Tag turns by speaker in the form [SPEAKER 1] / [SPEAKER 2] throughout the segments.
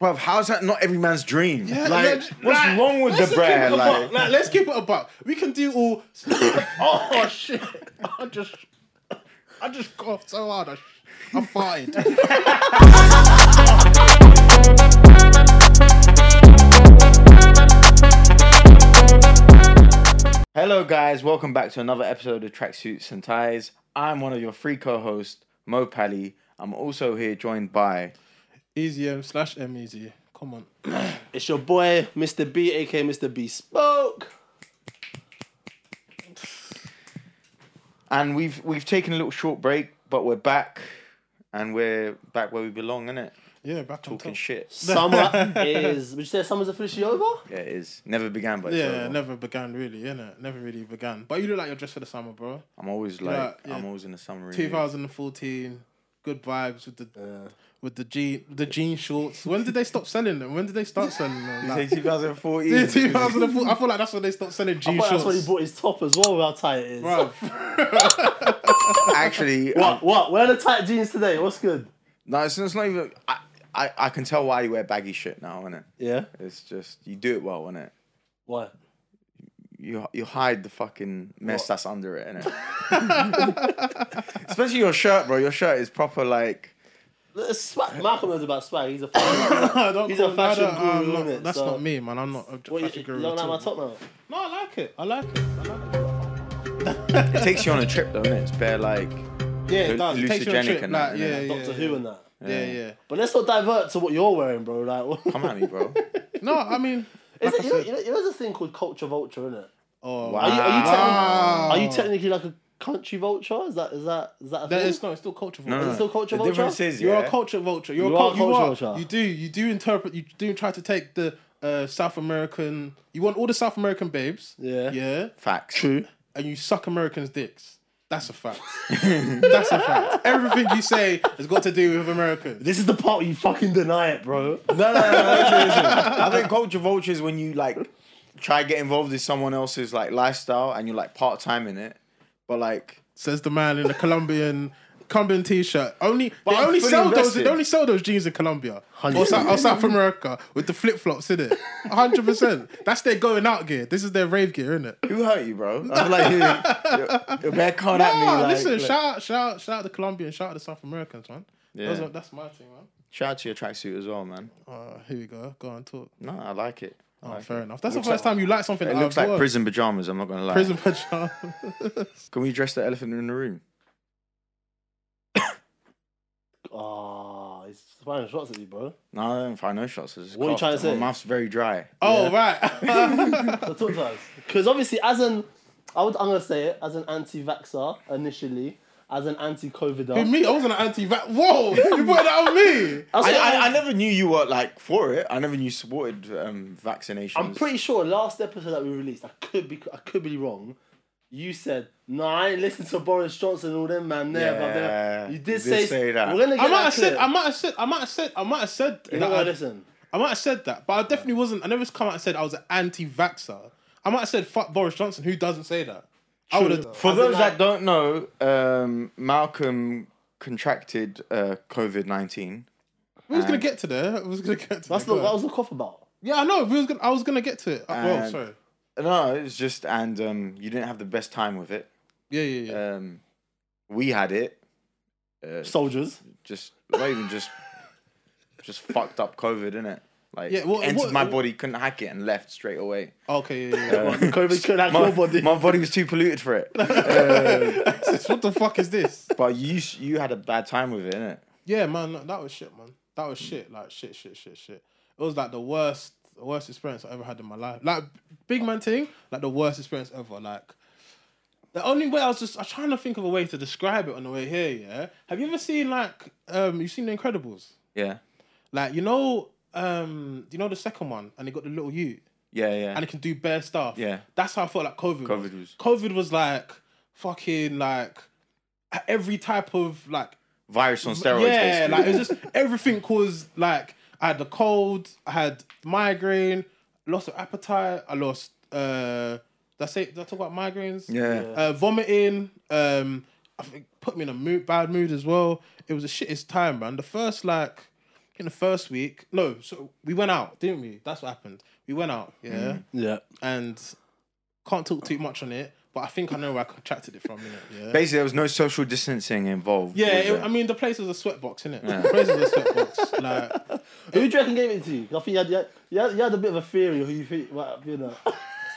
[SPEAKER 1] Bruv, how's that not every man's dream?
[SPEAKER 2] Yeah,
[SPEAKER 1] like,
[SPEAKER 2] yeah,
[SPEAKER 1] what's
[SPEAKER 2] like,
[SPEAKER 1] wrong with the
[SPEAKER 2] let's keep
[SPEAKER 1] brand?
[SPEAKER 2] it a
[SPEAKER 1] Like,
[SPEAKER 2] buck. let's keep it a buck. We can do all. oh shit! I just, I just coughed so hard. I, sh- I farted.
[SPEAKER 1] hello guys, welcome back to another episode of Tracksuits and Ties. I'm one of your three co-hosts, Mo Pally. I'm also here joined by
[SPEAKER 2] Easy slash M Easy. Come on.
[SPEAKER 3] It's your boy, Mr. B, aka Mr. B Spoke.
[SPEAKER 1] and we've we've taken a little short break, but we're back and we're back where we belong, innit?
[SPEAKER 2] Yeah, back on
[SPEAKER 1] Talking
[SPEAKER 2] top.
[SPEAKER 1] shit.
[SPEAKER 3] Summer is. Would you say summer's officially over?
[SPEAKER 1] Yeah, it is. Never began by
[SPEAKER 2] Yeah, never began really, innit? Never really began. But you look like you're dressed for the summer, bro.
[SPEAKER 1] I'm always like
[SPEAKER 2] Oh, Yeah, yeah.
[SPEAKER 1] I'm always in the summer.
[SPEAKER 2] 2014, good vibes with the with the jean the jean shorts. When did they stop selling them? When did they start selling them? Like,
[SPEAKER 1] 2014.
[SPEAKER 2] yeah, 2004. I feel like that's when they stopped selling
[SPEAKER 3] I
[SPEAKER 2] jean
[SPEAKER 3] thought
[SPEAKER 2] shorts.
[SPEAKER 3] that's when he bought his top as well, with how tight it is.
[SPEAKER 2] Bruv.
[SPEAKER 1] Actually, um,
[SPEAKER 3] What, what? Wear the tight jeans today. What's good?
[SPEAKER 1] no, it's, it's not even. I, I I can tell why you wear baggy shit now, innit?
[SPEAKER 3] Yeah.
[SPEAKER 1] It's just you do it well, innit?
[SPEAKER 3] What?
[SPEAKER 1] You you hide the fucking mess that's under it, innit? Especially your shirt, bro. Your shirt is proper like
[SPEAKER 3] It's swag. Malcolm knows about swag. He's a fucking.
[SPEAKER 2] Don't
[SPEAKER 3] He's a
[SPEAKER 2] call- I
[SPEAKER 3] fashion
[SPEAKER 2] don't- I'm
[SPEAKER 3] guru,
[SPEAKER 2] not-
[SPEAKER 3] innit?
[SPEAKER 2] That's
[SPEAKER 3] So-
[SPEAKER 2] not me, man. I'm not a
[SPEAKER 3] what,
[SPEAKER 2] fashion
[SPEAKER 3] you,
[SPEAKER 2] guru.
[SPEAKER 3] you don't
[SPEAKER 2] at
[SPEAKER 3] like my
[SPEAKER 2] all.
[SPEAKER 3] top now?
[SPEAKER 2] No, I like it. I like it. I like it.
[SPEAKER 1] it takes you on a trip though, innit? It's bare like
[SPEAKER 2] Yeah,
[SPEAKER 1] Hallucinogenic
[SPEAKER 2] it does. It takes you on a trip,
[SPEAKER 1] and
[SPEAKER 2] like,
[SPEAKER 1] that,
[SPEAKER 2] yeah,
[SPEAKER 1] innit?
[SPEAKER 2] yeah,
[SPEAKER 3] Doctor
[SPEAKER 2] yeah.
[SPEAKER 3] Who and that.
[SPEAKER 2] Yeah, yeah.
[SPEAKER 3] But let's not divert to what you're wearing, bro. Like,
[SPEAKER 1] come at me, bro.
[SPEAKER 2] No, I mean,
[SPEAKER 3] is
[SPEAKER 2] like
[SPEAKER 3] it,
[SPEAKER 2] I
[SPEAKER 3] you, know,
[SPEAKER 2] said-
[SPEAKER 3] you know, you know there's a thing called culture vulture, innit?
[SPEAKER 2] oh,
[SPEAKER 1] Wow.
[SPEAKER 3] Are you, are you, techni-
[SPEAKER 2] Wow.
[SPEAKER 3] are you technically like a country vulture? Is that is that is that a
[SPEAKER 2] that
[SPEAKER 3] thing?
[SPEAKER 2] is not. It's still culture. vulture.
[SPEAKER 1] No, no,
[SPEAKER 3] still culture
[SPEAKER 1] the
[SPEAKER 3] vulture?
[SPEAKER 1] difference is
[SPEAKER 2] You're
[SPEAKER 1] yeah,
[SPEAKER 2] a culture vulture. You're a
[SPEAKER 3] You are
[SPEAKER 2] cult-
[SPEAKER 3] a
[SPEAKER 2] you
[SPEAKER 3] culture
[SPEAKER 2] are.
[SPEAKER 3] vulture.
[SPEAKER 2] You do. You do interpret. You do try to take the uh, South American. You want all the South American babes.
[SPEAKER 3] Yeah.
[SPEAKER 2] Yeah.
[SPEAKER 1] facts.
[SPEAKER 2] And you suck Americans' dicks. That's a fact. That's a fact. Everything you say has got to do with Americans.
[SPEAKER 3] This is the part where you fucking deny it, bro.
[SPEAKER 1] No, no, no, no, listen, listen. I think culture vulture is when you like try to get involved in someone else's like lifestyle and you're like part time in it, but like
[SPEAKER 2] Says the man in the Colombian. Colombian T-shirt only. They
[SPEAKER 1] I'm
[SPEAKER 2] only
[SPEAKER 1] fully
[SPEAKER 2] sell those.
[SPEAKER 1] invested.
[SPEAKER 2] They only sell those jeans in Colombia or, South, or South America with the flip flops in it. hundred percent. That's their going out gear. This is their rave gear, isn't it?
[SPEAKER 1] who hurt you, bro? I'm like, you- you're, you're bare coming at me.
[SPEAKER 2] Ah,
[SPEAKER 1] Like,
[SPEAKER 2] listen,
[SPEAKER 1] look,
[SPEAKER 2] shout out, shout out, shout out the Colombians, shout out the South Americans, man.
[SPEAKER 1] Yeah.
[SPEAKER 2] Those are- that's my thing, man.
[SPEAKER 1] shout out to your tracksuit as well, man.
[SPEAKER 2] Uh, here we go. Go on, talk.
[SPEAKER 1] No, I like it.
[SPEAKER 2] Oh,
[SPEAKER 1] Like
[SPEAKER 2] fair
[SPEAKER 1] it.
[SPEAKER 2] enough. That's
[SPEAKER 1] Looks
[SPEAKER 2] the first
[SPEAKER 1] like-
[SPEAKER 2] time you like something.
[SPEAKER 1] It
[SPEAKER 2] that
[SPEAKER 1] looks
[SPEAKER 2] I've
[SPEAKER 1] like
[SPEAKER 2] worn.
[SPEAKER 1] prison pajamas. I'm not gonna lie.
[SPEAKER 2] Prison pajama.
[SPEAKER 1] Can we dress the elephant in the room?
[SPEAKER 3] Ah, he's firing shots at you, bro.
[SPEAKER 1] No, I don't find no shots. I just
[SPEAKER 3] What are you
[SPEAKER 1] coughed.
[SPEAKER 3] trying to
[SPEAKER 1] My
[SPEAKER 3] say?
[SPEAKER 1] mouth's very dry.
[SPEAKER 2] oh
[SPEAKER 3] So
[SPEAKER 2] right.
[SPEAKER 3] talk to us, because obviously, as an, I would, I'm gonna say it as an anti-vaxxer initially, as an
[SPEAKER 2] With
[SPEAKER 3] anti-COVIDer.
[SPEAKER 2] me, I was an anti vax. Whoa, you put that on me.
[SPEAKER 3] That's
[SPEAKER 1] I,
[SPEAKER 3] what
[SPEAKER 1] I, I
[SPEAKER 3] I'm-
[SPEAKER 1] never knew you were like for it. I never knew you supported um, vaccinations.
[SPEAKER 3] I'm pretty sure last episode that we released, I could be, I could be wrong. You said no, I ain't listened to Boris Johnson and all them man there. but
[SPEAKER 1] Yeah,
[SPEAKER 3] there. You
[SPEAKER 1] you
[SPEAKER 3] did
[SPEAKER 1] did
[SPEAKER 3] say,
[SPEAKER 1] say that.
[SPEAKER 3] We're gonna get
[SPEAKER 2] I might
[SPEAKER 3] that
[SPEAKER 2] have said,
[SPEAKER 3] clip.
[SPEAKER 2] I might have said, I might have said, I might have said that
[SPEAKER 3] You're not gonna
[SPEAKER 2] I-
[SPEAKER 3] listen.
[SPEAKER 2] I might have said that, but I definitely wasn't. I never come out and said I was an anti-vaxxer. I might have said fuck Boris Johnson. Who doesn't say that? I would have.
[SPEAKER 1] For
[SPEAKER 3] As in,
[SPEAKER 1] those
[SPEAKER 3] like-
[SPEAKER 1] that don't know, um, Malcolm contracted uh, COVID nineteen.
[SPEAKER 2] We was gonna get to there. We was gonna get to.
[SPEAKER 3] That's
[SPEAKER 2] there.
[SPEAKER 3] the, that was the cough about.
[SPEAKER 2] Yeah, I know. We was gonna, I was gonna get to it. Uh, well,
[SPEAKER 1] And-
[SPEAKER 2] sorry.
[SPEAKER 1] No, it was just and um, you didn't have the best time with it.
[SPEAKER 2] Yeah, yeah, yeah.
[SPEAKER 1] Um, we had it. Uh,
[SPEAKER 3] Soldiers.
[SPEAKER 1] just not even just just fucked up COVID, innit? Like
[SPEAKER 2] Yeah, what-
[SPEAKER 1] entered
[SPEAKER 2] what-
[SPEAKER 1] my body, couldn't hack it, and left straight away.
[SPEAKER 2] okay, yeah, yeah. yeah.
[SPEAKER 3] COVID could hack your body.
[SPEAKER 1] My body was too polluted for it.
[SPEAKER 2] what the fuck is this?
[SPEAKER 1] but you s- you had a bad time with it, innit?
[SPEAKER 2] Yeah, man, that- that was shit, man. That was shit. Like shit, shit, shit, shit. It was like the worst, the worst experience I ever had in my life. Like big man thing, like the worst experience ever. Like the only way I was just, I was trying to think of a way to describe it on the way here. Yeah, have you ever seen like, um, you've seen The Incredibles?
[SPEAKER 1] Yeah,
[SPEAKER 2] Like you know, um, you know the second one, and they got the little you.
[SPEAKER 1] yeah, yeah.
[SPEAKER 2] and it can do bare stuff.
[SPEAKER 1] Yeah.
[SPEAKER 2] That's how I felt like COVID.
[SPEAKER 1] COVID was-
[SPEAKER 2] was. COVID was like fucking like every type of like
[SPEAKER 1] Virus on steroids.
[SPEAKER 2] yeah,
[SPEAKER 1] basically.
[SPEAKER 2] like it was just everything caused like I had the cold, I had migraine, loss of appetite, I lost uh that's it. Did I talk about migraines?
[SPEAKER 1] Yeah.
[SPEAKER 2] Uh vomiting, um I think put me in a mood bad mood as well. It was a shittest time, man. The first like you in the first week, no, so we went out, didn't we? That's what happened. We went out, yeah,
[SPEAKER 3] Yeah.
[SPEAKER 2] and can't talk too much on it, but I think I know where I contracted it from, innit? Yeah.
[SPEAKER 1] Basically, there was no social distancing involved.
[SPEAKER 2] yeah,
[SPEAKER 1] was
[SPEAKER 2] it-
[SPEAKER 1] there?
[SPEAKER 2] I mean the place was a sweatbox, innit? The place was a sweatbox. Like
[SPEAKER 3] Who do you reckon gave it to you? I think you had, you had, you had, you had a bit of a theory of who you think, well, you know.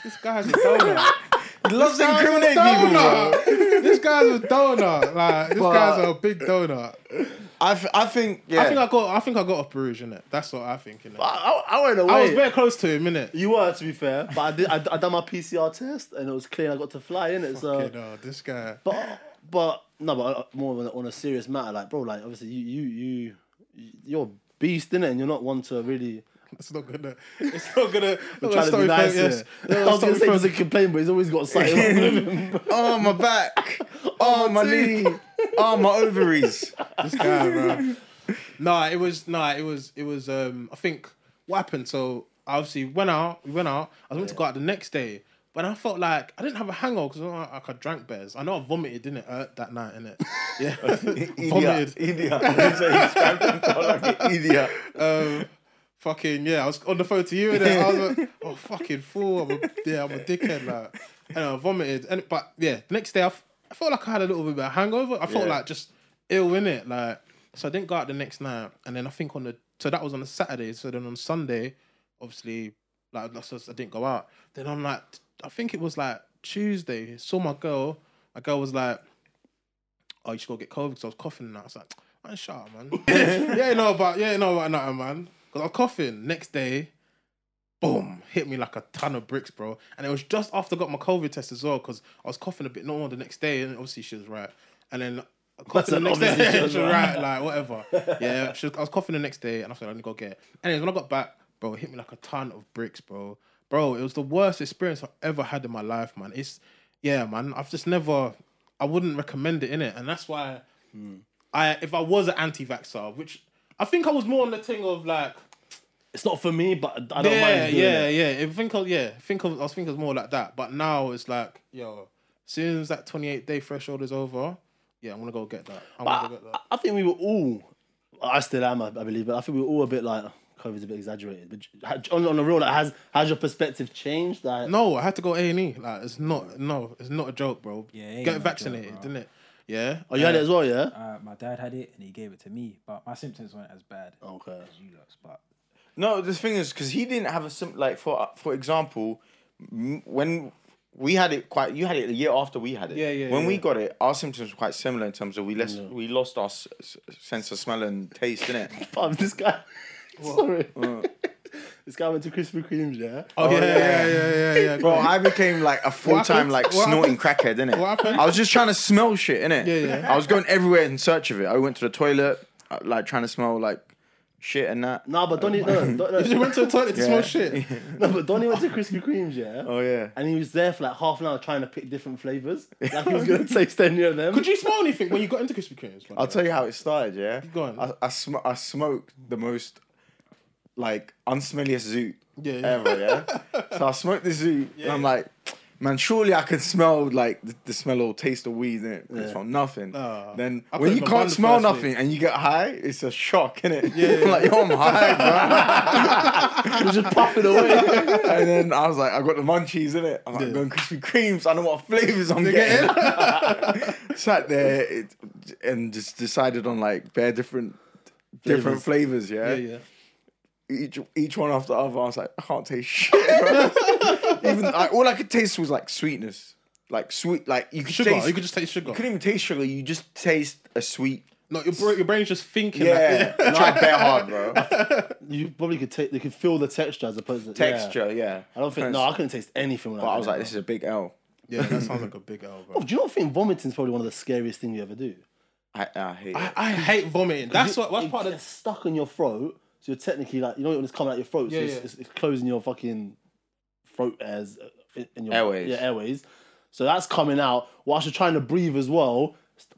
[SPEAKER 2] this guy's a donut.
[SPEAKER 1] He loves to incriminate people. bro.
[SPEAKER 2] donut. this guy's a donut. Like this guy's a big donut.
[SPEAKER 1] I, th- I think yeah.
[SPEAKER 2] I think I got. I think I got off Bruges, innit? That's what I think. Innit?
[SPEAKER 3] I, I, I went away.
[SPEAKER 2] I was very close to him, innit?
[SPEAKER 3] You were, to be fair, but I did. I, I done my PCR test and it was clean. I got to fly in it. So,
[SPEAKER 2] Okay, no, this guy.
[SPEAKER 3] but but no, but uh, more on a, on a serious matter, like bro, like obviously you you you you're a beast in it, and you're not one to really.
[SPEAKER 2] It's not gonna. It's not gonna. I'm
[SPEAKER 3] Trying to be nice,
[SPEAKER 2] yes.
[SPEAKER 3] yeah. I was gonna say he doesn't complain, but he's always got something wrong with him.
[SPEAKER 1] oh my back. Oh my knee. Oh my ovaries.
[SPEAKER 2] this guy, bro. Nah, it was. Nah, it was. It was. Um, I think what happened. So I obviously went out. We went out. I was meant to go out the next day, but I felt like I didn't have a hangover because I, don't like I drank beers. I know I vomited, didn't it, uh, that night, innit? Yeah,
[SPEAKER 1] Idiot.
[SPEAKER 2] vomited.
[SPEAKER 1] Idiot. So he described himself like an idiot.
[SPEAKER 2] um, fucking yeah, I was on the phone to you and then I was like, oh fucking fool, I'm a, yeah, I'm a dickhead like, and I vomited. And but yeah, the next day I, f- I felt like I had a little bit of a hangover. I felt
[SPEAKER 1] Yeah.
[SPEAKER 2] like just ill in it, like so I didn't go out the next night. And then I think on the so that was on a Saturday. So then on Sunday, obviously like that's just- I didn't go out. Then I'm like, I think it was like Tuesday. Saw my girl. My girl was like oh, you should go get COVID because I was coughing and I was like, man, shut up, man. yeah, no, but yeah, no, about nothing, man. Because I was coughing. Next day, boom, hit me like a ton of bricks, bro. And it was just after I got my COVID test as well because I was coughing a bit normal the next day and obviously she was right. And then I coughing the next
[SPEAKER 3] an
[SPEAKER 2] day,
[SPEAKER 3] obviously
[SPEAKER 2] she
[SPEAKER 3] she
[SPEAKER 2] was
[SPEAKER 3] was
[SPEAKER 2] right, like whatever. Yeah, she was, I was coughing the next day and I said, I need to go get it. Anyways, when I got back, bro, it hit me like a ton of bricks, bro. Bro, it was the worst experience I've ever had in my life, man. It's, yeah, man, I've just never, I wouldn't recommend it, innit? And that's why
[SPEAKER 3] Hmm.
[SPEAKER 2] I, if I was an anti-vaxxer, which I think I was more on the thing of like,
[SPEAKER 3] It's not for me, but I don't
[SPEAKER 2] yeah,
[SPEAKER 3] mind doing
[SPEAKER 2] yeah,
[SPEAKER 3] it.
[SPEAKER 2] yeah. If think of yeah, think of I was thinking it was more like that. But now it's like, yo, as soon as that twenty eight day threshold is over, yeah, I'm gonna go get that. I'm
[SPEAKER 3] I,
[SPEAKER 2] gonna go get that.
[SPEAKER 3] I- I think we were all. I still am, I, I believe, but I think we were all a bit like COVID's a bit exaggerated. But on, on the real, like, has has your perspective changed? Like,
[SPEAKER 2] No, I had to go A and E. Like it's not no, it's not a joke, bro.
[SPEAKER 4] Yeah, it ain't no
[SPEAKER 2] get
[SPEAKER 4] joke,
[SPEAKER 2] vaccinated,
[SPEAKER 4] bro.
[SPEAKER 2] didn't it? Yeah.
[SPEAKER 3] oh, you had it as well, yeah.
[SPEAKER 4] Uh, my dad had it and he gave it to me, but my symptoms weren't as bad
[SPEAKER 3] Okay.
[SPEAKER 4] as you guys. But
[SPEAKER 1] No, the thing is, because he didn't have a sim. Like for for example, m- when we had it, quite you had it a year after we had it.
[SPEAKER 2] Yeah, yeah,
[SPEAKER 1] When we
[SPEAKER 2] yeah.
[SPEAKER 1] got it, our symptoms were quite similar in terms of we less we lost our s- s- sense of smell and taste, innit?
[SPEAKER 3] Fam, this guy. Sorry.
[SPEAKER 1] Uh.
[SPEAKER 3] this guy went to Krispy Kreme's, yeah?
[SPEAKER 2] Oh, yeah, yeah,
[SPEAKER 1] yeah.
[SPEAKER 2] yeah, yeah, yeah. yeah.
[SPEAKER 1] Bro, I became like a full time
[SPEAKER 2] happened?
[SPEAKER 1] like
[SPEAKER 2] What
[SPEAKER 1] snorting crackhead, innit?
[SPEAKER 2] What happened?
[SPEAKER 1] I was just trying to smell shit, innit?
[SPEAKER 2] Yeah, yeah.
[SPEAKER 1] I was going everywhere in search of it. I went to the toilet, uh, like trying to smell like shit and that.
[SPEAKER 3] Nah, but Donnie, no, no,
[SPEAKER 2] You just
[SPEAKER 3] no,
[SPEAKER 2] went to the toilet to
[SPEAKER 1] Yeah.
[SPEAKER 2] smell shit.
[SPEAKER 3] no, but Donnie went to Krispy Kreme's, yeah?
[SPEAKER 1] Oh yeah.
[SPEAKER 3] And he was there for like half an hour trying to pick different flavors. Like he was going to taste any of them.
[SPEAKER 2] Could you smell anything when you got into Krispy Kreme's?
[SPEAKER 1] I'll tell you how it started. Yeah,
[SPEAKER 2] Go on.
[SPEAKER 1] I I, sm- I smoked the most like unsmelliest zoo
[SPEAKER 2] Yeah, yeah.
[SPEAKER 1] ever. Yeah, so I smoked the zoo, and I'm like, man, surely I can smell like the, the smell or taste of weed in it. It's from nothing.
[SPEAKER 2] Nah.
[SPEAKER 1] then
[SPEAKER 2] I
[SPEAKER 1] when
[SPEAKER 2] couldn't
[SPEAKER 1] you
[SPEAKER 2] have done
[SPEAKER 1] can't
[SPEAKER 2] the
[SPEAKER 1] smell
[SPEAKER 2] first week.
[SPEAKER 1] nothing and you get high, it's a shock, innit? it?
[SPEAKER 2] Yeah, yeah,
[SPEAKER 1] I'm like yo, I'm high,
[SPEAKER 3] He was just puffing away.
[SPEAKER 1] bro. and then I was like, I got the munchies in it. I'm like,
[SPEAKER 2] Yeah.
[SPEAKER 1] going Krispy Kremes. I know what flavors I'm
[SPEAKER 2] get
[SPEAKER 1] getting. Sat there it, and just decided on like bare different. Different flavors,
[SPEAKER 2] Yeah, yeah.
[SPEAKER 1] each each one after the other. I was like, I can't taste shit. Bro. even like, all I could taste was like sweetness, like sweet, like you could
[SPEAKER 2] Sugar.
[SPEAKER 1] taste.
[SPEAKER 2] You could just taste sugar.
[SPEAKER 1] you couldn't even taste sugar. You just taste a sweet.
[SPEAKER 2] No, your, bra- your brain's just thinking. like,
[SPEAKER 1] Yeah, I tried bare hard, bro.
[SPEAKER 3] you probably could take, you could feel the texture as opposed to
[SPEAKER 1] Texture, yeah.
[SPEAKER 3] I don't think, no, I couldn't taste anything when
[SPEAKER 1] But I
[SPEAKER 3] had
[SPEAKER 1] was
[SPEAKER 3] it,
[SPEAKER 1] like,
[SPEAKER 3] bro.
[SPEAKER 1] this is a big L.
[SPEAKER 2] yeah, that sounds like a big L, bro.
[SPEAKER 3] Do you not think vomiting is probably one of the scariest things you ever do?
[SPEAKER 1] I, I hate it.
[SPEAKER 2] I, I hate vomiting. That's what. That's
[SPEAKER 3] it
[SPEAKER 2] part of.
[SPEAKER 3] gets stuck on your throat. So you're technically like you know when it's coming out your throat, so
[SPEAKER 2] Yeah,
[SPEAKER 3] it's,
[SPEAKER 2] yeah.
[SPEAKER 3] It's, it's closing your fucking throat as in your
[SPEAKER 1] Airways.
[SPEAKER 3] Yeah, airways. So that's coming out whilst you're trying to breathe as well.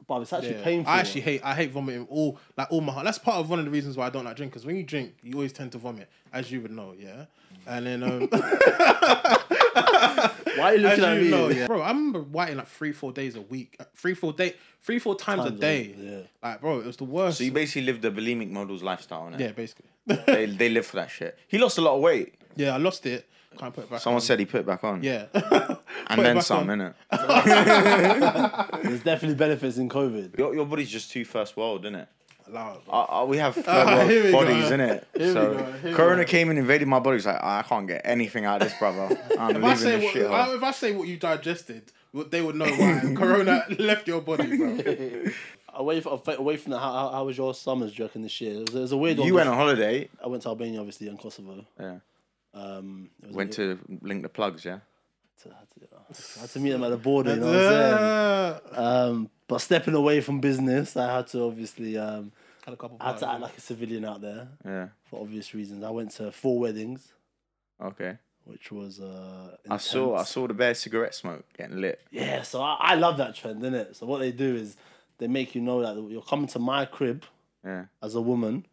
[SPEAKER 3] But it's actually
[SPEAKER 2] Yeah.
[SPEAKER 3] painful.
[SPEAKER 2] I actually hate I hate vomiting all like all my heart. That's part of one of the reasons why I don't like drink because when you drink, you always tend to vomit, as you would know, yeah. And then um,
[SPEAKER 3] Why are you
[SPEAKER 2] as
[SPEAKER 3] looking at
[SPEAKER 2] you
[SPEAKER 3] me?
[SPEAKER 2] know, yeah. bro, I remember whiting like three four days a week, Uh, three four day, three four times,
[SPEAKER 3] Times
[SPEAKER 2] a
[SPEAKER 3] a
[SPEAKER 2] day.
[SPEAKER 3] week, yeah.
[SPEAKER 2] Like, bro, it was the worst.
[SPEAKER 1] So you basically lived the bulimic model's lifestyle, innit?
[SPEAKER 2] yeah, basically.
[SPEAKER 1] They, they live for that shit. He lost a lot of weight.
[SPEAKER 2] yeah, I lost it. Can't put it back.
[SPEAKER 1] Someone
[SPEAKER 2] on.
[SPEAKER 1] said he put it back on.
[SPEAKER 2] yeah,
[SPEAKER 1] And then some, innit?
[SPEAKER 3] There's definitely benefits in COVID.
[SPEAKER 1] Your, your body's just too first world, innit?
[SPEAKER 2] Loud.
[SPEAKER 1] Uh, uh, we have third
[SPEAKER 2] here we
[SPEAKER 1] world
[SPEAKER 2] go.
[SPEAKER 1] bodies, innit?
[SPEAKER 2] we
[SPEAKER 1] So
[SPEAKER 2] go, here we
[SPEAKER 1] Corona
[SPEAKER 2] go.
[SPEAKER 1] came and invaded my body. It's like, "Ah, I can't get anything out of this, brother. I'm
[SPEAKER 2] If I
[SPEAKER 1] leaving
[SPEAKER 2] say
[SPEAKER 1] this
[SPEAKER 2] what
[SPEAKER 1] shit.
[SPEAKER 2] I, if I say what you digested, what- they would know why Corona left your body, bro.
[SPEAKER 3] Away from away from that, how, how, how was your summers? Do you reckon this year? It was, it was a weird one.
[SPEAKER 1] You went on holiday.
[SPEAKER 3] I went to Albania, obviously, and Kosovo.
[SPEAKER 1] Yeah.
[SPEAKER 3] Um, it was a
[SPEAKER 1] Went
[SPEAKER 3] bit-
[SPEAKER 1] to link the plugs, yeah?
[SPEAKER 3] to- had to, I had to meet them at the border. You know what I'm saying? Um, but stepping away from business, I had to obviously um,
[SPEAKER 2] Had a couple.
[SPEAKER 3] I had to act
[SPEAKER 2] bars.
[SPEAKER 3] like a civilian out there
[SPEAKER 1] Yeah.
[SPEAKER 3] for obvious reasons. I went to four weddings,
[SPEAKER 1] Okay.
[SPEAKER 3] which was uh,
[SPEAKER 1] I saw I
[SPEAKER 3] intense.
[SPEAKER 1] saw the bare cigarette smoke getting lit.
[SPEAKER 3] Yeah, so I, I love that trend, innit? So what they do is they make you know that you're coming to my crib
[SPEAKER 1] Yeah.
[SPEAKER 3] as a woman.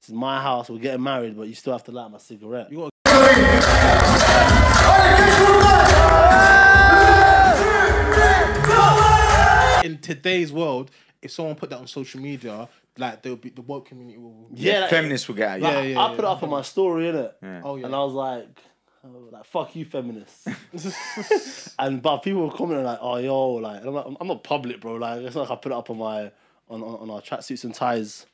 [SPEAKER 3] This is my house. We're getting married, but you still have to light my cigarette.
[SPEAKER 2] You got- in today's world, if someone put that on social media, like there will be the woke community will.
[SPEAKER 3] yeah, like,
[SPEAKER 1] Feminists will get at you.
[SPEAKER 3] like,
[SPEAKER 2] Yeah, yeah,
[SPEAKER 3] I put it up on my story, innit?
[SPEAKER 1] Yeah.
[SPEAKER 2] Oh yeah.
[SPEAKER 3] And I was like, oh, like fuck you, feminists. and but people were commenting like, oh yo, like and I'm, like, I'm not public, bro. Like it's not like I put it up on my on on, on our tracksuits and ties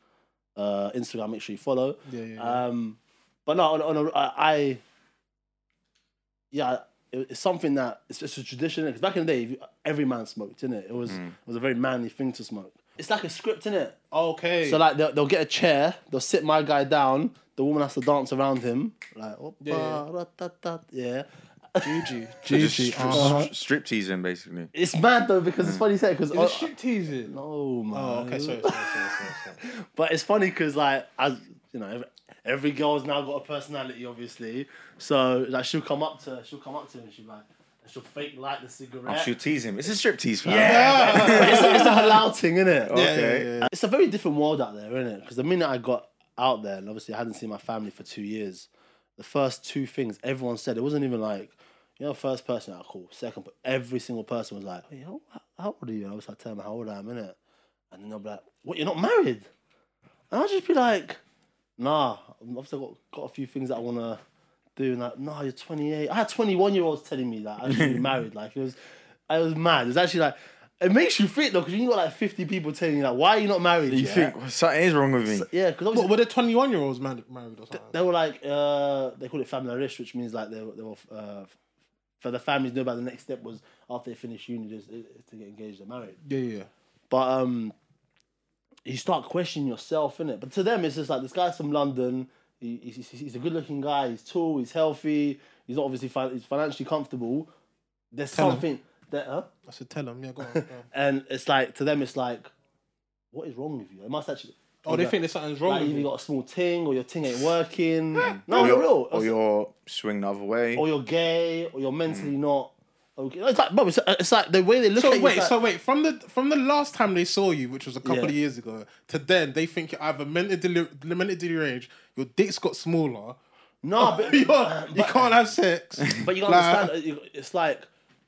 [SPEAKER 3] uh, Instagram. Make sure you follow.
[SPEAKER 2] yeah, yeah, yeah.
[SPEAKER 3] Um, but no, on, on a, I, I yeah, it, it's something that it's just a tradition. Because back in the day, if you- every man smoked, innit? It was
[SPEAKER 2] Mm.
[SPEAKER 3] it was a very manly thing to smoke. It's like a script, innit?
[SPEAKER 2] okay.
[SPEAKER 3] So like they'll, they'll get a chair, they'll sit my guy down. The woman has to dance around him, like "Oppa,
[SPEAKER 2] yeah.
[SPEAKER 3] ratatat," yeah.
[SPEAKER 2] Gigi,
[SPEAKER 1] Just
[SPEAKER 2] Gigi,
[SPEAKER 1] stri-
[SPEAKER 2] uh-huh.
[SPEAKER 1] stri- strip teasing, basically.
[SPEAKER 3] It's mad though because it's funny because
[SPEAKER 2] Is it strip teasing?
[SPEAKER 3] no man.
[SPEAKER 2] Oh, okay, sorry, sorry, sorry, sorry, sorry.
[SPEAKER 3] But it's funny because like as you know, every, every girl's now got a personality, obviously. So like she'll come up to she'll come up to him, and she'll be like and she'll fake light the
[SPEAKER 1] I
[SPEAKER 3] cigarette.
[SPEAKER 1] should tease him. It's a strip tease, fam.
[SPEAKER 3] it's, a, it's a halal thing, isn't it?
[SPEAKER 1] Okay.
[SPEAKER 3] It's a very different world out there, isn't it? Because the minute I got out there, and obviously I hadn't seen my family for two years, the first two things everyone said, it wasn't even like, you know, first person I called, second, but every single person was like, hey, how, how old are you? I was like, tell them how old I am, innit? And then they'll be like, what, you're not married? And I'll just be like, nah, I've obviously got, got a few things that I want to do. And like, nah, you're 28. I had 21 year olds telling me that I should be married. Like, it was, I was mad. It was actually like, it makes you think though, because you got like 50 people telling you, like, why are you not married?
[SPEAKER 1] You
[SPEAKER 3] yet?
[SPEAKER 1] think well, something is wrong with me?
[SPEAKER 3] Yeah, because
[SPEAKER 2] What,
[SPEAKER 3] obviously
[SPEAKER 2] were the twenty-one-year-olds married married or something?
[SPEAKER 3] they were like, uh, they called it family risk, which means like they were, they were uh, for the families knew about the next step was after they finish uni just, is to get engaged and married.
[SPEAKER 2] Yeah, yeah.
[SPEAKER 3] But um, you start questioning yourself, innit? But to them, it's just like this guy's from London. He, he's, he's- he's a good-looking guy. He's tall. He's healthy. He's not obviously fin- he's financially comfortable. There's
[SPEAKER 2] Tell him.
[SPEAKER 3] something that, huh?
[SPEAKER 2] I should tell them. Yeah, go on. Go on.
[SPEAKER 3] and it's like to them, it's like, what is wrong with you? It must actually.
[SPEAKER 2] Oh, they think there's something's wrong
[SPEAKER 3] Like
[SPEAKER 2] with
[SPEAKER 3] either you
[SPEAKER 2] you. Hmm.
[SPEAKER 3] got a small ting or your ting ain't working. no,
[SPEAKER 1] or
[SPEAKER 3] for
[SPEAKER 1] you're,
[SPEAKER 3] real.
[SPEAKER 1] Or you're swing the other way.
[SPEAKER 3] or you're gay, or you're mentally not okay. No, It's like, bro, it's, it's like the way they look at
[SPEAKER 2] Mm. So
[SPEAKER 3] you.
[SPEAKER 2] wait,
[SPEAKER 3] it's
[SPEAKER 2] so
[SPEAKER 3] like,
[SPEAKER 2] wait. From the from the last time they saw you, which was a couple
[SPEAKER 3] Yeah.
[SPEAKER 2] of years ago, to then they think you're either mentally delir- mentally deranged, your dick's got smaller,
[SPEAKER 3] no, but,
[SPEAKER 2] you're, you can't have sex.
[SPEAKER 3] but you gotta
[SPEAKER 2] Like-
[SPEAKER 3] understand. uh, you- It's like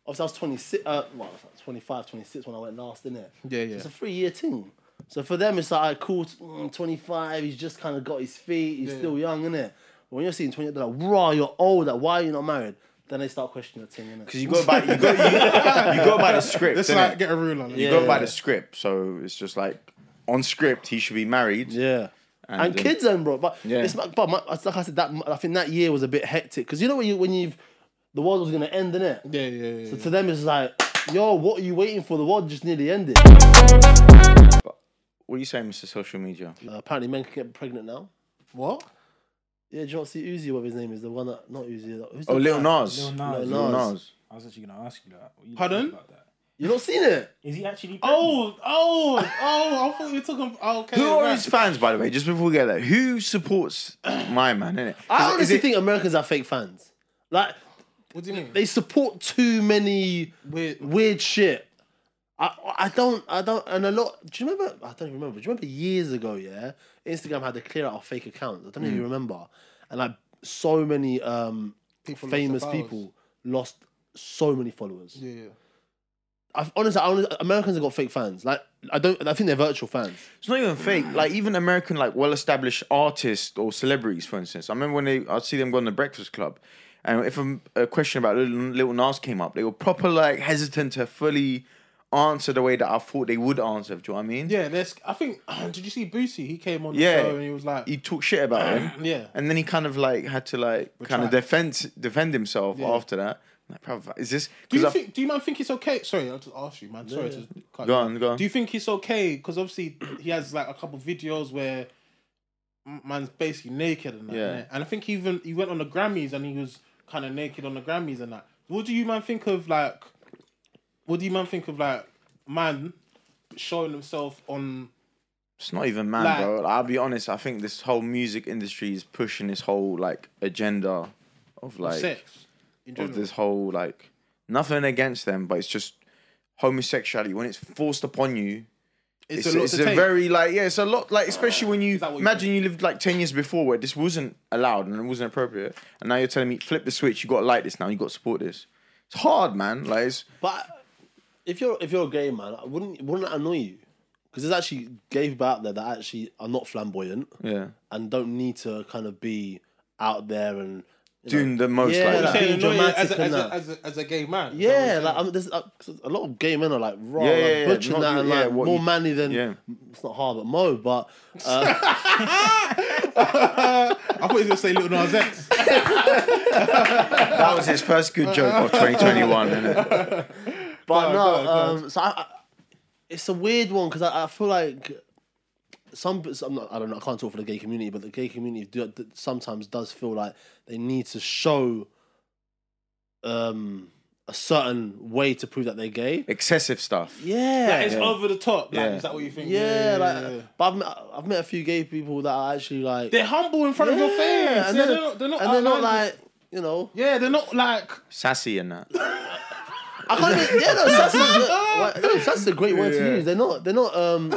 [SPEAKER 3] obviously I was 26, uh, well, I was like 25, 26 when I went last, innit?
[SPEAKER 2] Yeah, yeah.
[SPEAKER 3] So it's a three year thing. So for them, it's like alright, cool. t- mm, 25, he's just kind of got his feet. He's still young, innit? But when you're seeing 20, they're like, raw, you're old. Like, why are you not married? Then they start questioning your ting, innit?
[SPEAKER 1] Because you go by you go you, you go by the script.
[SPEAKER 2] It's
[SPEAKER 1] innit?
[SPEAKER 2] like get a rule on it.
[SPEAKER 1] you
[SPEAKER 3] Yeah.
[SPEAKER 1] go by the script, so it's just like on script he should be married.
[SPEAKER 3] Yeah. And,
[SPEAKER 1] then-
[SPEAKER 3] kids then, bro. But
[SPEAKER 1] Yeah.
[SPEAKER 3] it's my- but my, it's like I said, that I think that year was a bit hectic because you know when you when you've the world was gonna end, innit?
[SPEAKER 2] Yeah, yeah, yeah.
[SPEAKER 3] So to them it's like, yo, what are you waiting for? The world just nearly ended.
[SPEAKER 1] What are you saying, Mr. Social Media?
[SPEAKER 3] Uh, apparently, men can get pregnant now.
[SPEAKER 2] What?
[SPEAKER 3] Yeah, do you not see Uzi? Whatever his name is, the one that not Uzi. that- Who's
[SPEAKER 1] Oh,
[SPEAKER 3] the
[SPEAKER 1] Lil
[SPEAKER 3] guy?
[SPEAKER 1] Nas.
[SPEAKER 4] Lil Nas.
[SPEAKER 3] Lil Nas.
[SPEAKER 4] I was actually gonna ask you that. What you
[SPEAKER 2] Pardon?
[SPEAKER 4] think About that.
[SPEAKER 3] You not seen it?
[SPEAKER 4] Is he actually?
[SPEAKER 2] Oh, oh, oh! I thought you were talking. Okay,
[SPEAKER 1] Who are
[SPEAKER 2] right.
[SPEAKER 1] his fans, by the way? Just before we get there, who supports my man? Innit? Is
[SPEAKER 3] I
[SPEAKER 1] it- is
[SPEAKER 3] honestly
[SPEAKER 1] it-
[SPEAKER 3] think Americans are fake fans. Like
[SPEAKER 2] what do you mean?
[SPEAKER 3] they support too many
[SPEAKER 2] Weird.
[SPEAKER 3] weird shit. I I don't I don't and a lot. Do you remember? I don't even remember. Do you remember years ago? Yeah, Instagram had to clear out our fake accounts. I don't
[SPEAKER 2] Mm.
[SPEAKER 3] know if you remember. And like so many um
[SPEAKER 2] People lost their
[SPEAKER 3] famous
[SPEAKER 2] followers.
[SPEAKER 3] people lost so many followers.
[SPEAKER 2] Yeah, yeah.
[SPEAKER 3] I've, honestly, I honestly, Americans have got fake fans. Like I don't. I think they're virtual fans.
[SPEAKER 1] It's not even fake. Like even American, like well-established artists or celebrities, for instance. I remember when they, I'd see them go on the Breakfast Club, and if a, a question about little, little Nas came up, they were proper like hesitant to fully answer the way that I thought they would answer. Do you know what I mean?
[SPEAKER 2] Yeah, there's. I think. did you see Boosie? He came on the
[SPEAKER 1] Yeah.
[SPEAKER 2] show and he was like,
[SPEAKER 1] He talked shit about him.
[SPEAKER 2] Yeah.
[SPEAKER 1] And then he kind of like had to like kind of
[SPEAKER 2] Retract.
[SPEAKER 1] defend defend himself
[SPEAKER 2] Yeah.
[SPEAKER 1] after that. Like, bruv, is this?
[SPEAKER 2] "Do you
[SPEAKER 1] I've-
[SPEAKER 2] think? Do you man think it's okay?" Sorry, I'll just ask you, man. Sorry to cut
[SPEAKER 1] Go
[SPEAKER 2] you.
[SPEAKER 1] on, go on.
[SPEAKER 2] Do you think it's okay? Because obviously he has like a couple videos where m- man's basically naked and that.
[SPEAKER 1] Yeah.
[SPEAKER 2] innit? And I think even he went on the Grammys and he was kind of naked on the Grammys and that. What do you man think of like? What do you man think of like man showing himself on?
[SPEAKER 1] It's not even man,
[SPEAKER 2] Like-
[SPEAKER 1] bro. I'll be honest. I think this whole music industry is pushing this whole like agenda of like
[SPEAKER 2] sex in
[SPEAKER 1] of
[SPEAKER 2] general.
[SPEAKER 1] this whole like nothing against them, but it's just homosexuality when it's forced upon you.
[SPEAKER 2] It's,
[SPEAKER 1] It's,
[SPEAKER 2] a lot
[SPEAKER 1] it's
[SPEAKER 2] to take.
[SPEAKER 1] very like yeah, it's a lot like especially when you
[SPEAKER 2] that what you
[SPEAKER 1] imagine you lived like ten years before where this wasn't allowed and it wasn't appropriate, and now you're telling me flip the switch. You got to like this now. You got to support this. It's hard, man. Like it's
[SPEAKER 3] But if you're if you're a gay man, I wouldn't wouldn't that annoy you? Because there's actually gay people out there that actually are not flamboyant
[SPEAKER 1] yeah,
[SPEAKER 3] and don't need to kind of be out there and you know-
[SPEAKER 1] doing the most
[SPEAKER 3] Yeah,
[SPEAKER 1] like
[SPEAKER 3] like-
[SPEAKER 1] that.
[SPEAKER 2] Saying
[SPEAKER 3] being
[SPEAKER 2] annoying
[SPEAKER 3] dramatic
[SPEAKER 2] as a,
[SPEAKER 3] and
[SPEAKER 2] as, a,
[SPEAKER 3] that.
[SPEAKER 2] as, a, as a gay man. is that what
[SPEAKER 3] Yeah,
[SPEAKER 2] you're
[SPEAKER 3] like
[SPEAKER 2] saying?
[SPEAKER 3] I'm, there's uh, a lot of gay men are like raw,
[SPEAKER 1] Yeah,
[SPEAKER 3] like,
[SPEAKER 1] yeah, yeah.
[SPEAKER 3] butchering
[SPEAKER 1] Not
[SPEAKER 3] that
[SPEAKER 1] you-
[SPEAKER 3] and
[SPEAKER 1] yeah,
[SPEAKER 3] like
[SPEAKER 1] what
[SPEAKER 3] more
[SPEAKER 1] you-
[SPEAKER 3] manly than
[SPEAKER 1] yeah.
[SPEAKER 3] it's not hard, but Mo. But uh,
[SPEAKER 2] I thought he was gonna say Little Nas X.
[SPEAKER 1] That was his first good joke of 2021, innit?
[SPEAKER 3] but
[SPEAKER 2] Go on, go on,
[SPEAKER 3] no,
[SPEAKER 2] go
[SPEAKER 3] um, so I, I, it's a weird one because I, I feel like some, some not, I don't know, I can't talk for the gay community, but the gay community do, d- sometimes does feel like they need to show um, a certain way to prove that they're gay.
[SPEAKER 1] excessive stuff.
[SPEAKER 3] Yeah,
[SPEAKER 2] It's over the top. Like,
[SPEAKER 1] Yeah.
[SPEAKER 2] is that what you think?
[SPEAKER 3] yeah, like,
[SPEAKER 2] yeah, yeah.
[SPEAKER 3] but I've met, I've met a few gay people that are actually like
[SPEAKER 2] they're humble in front of your face. Yeah,
[SPEAKER 3] and
[SPEAKER 2] they're,
[SPEAKER 3] then-
[SPEAKER 2] not. They're not,
[SPEAKER 3] and they're not
[SPEAKER 2] outlandish.
[SPEAKER 3] like you know.
[SPEAKER 2] Yeah, they're not like.
[SPEAKER 1] Sassy and that.
[SPEAKER 3] I can't even, yeah, no, that's, that's, no, that's a great word
[SPEAKER 1] Yeah.
[SPEAKER 3] to use. They're not. They're not. Um,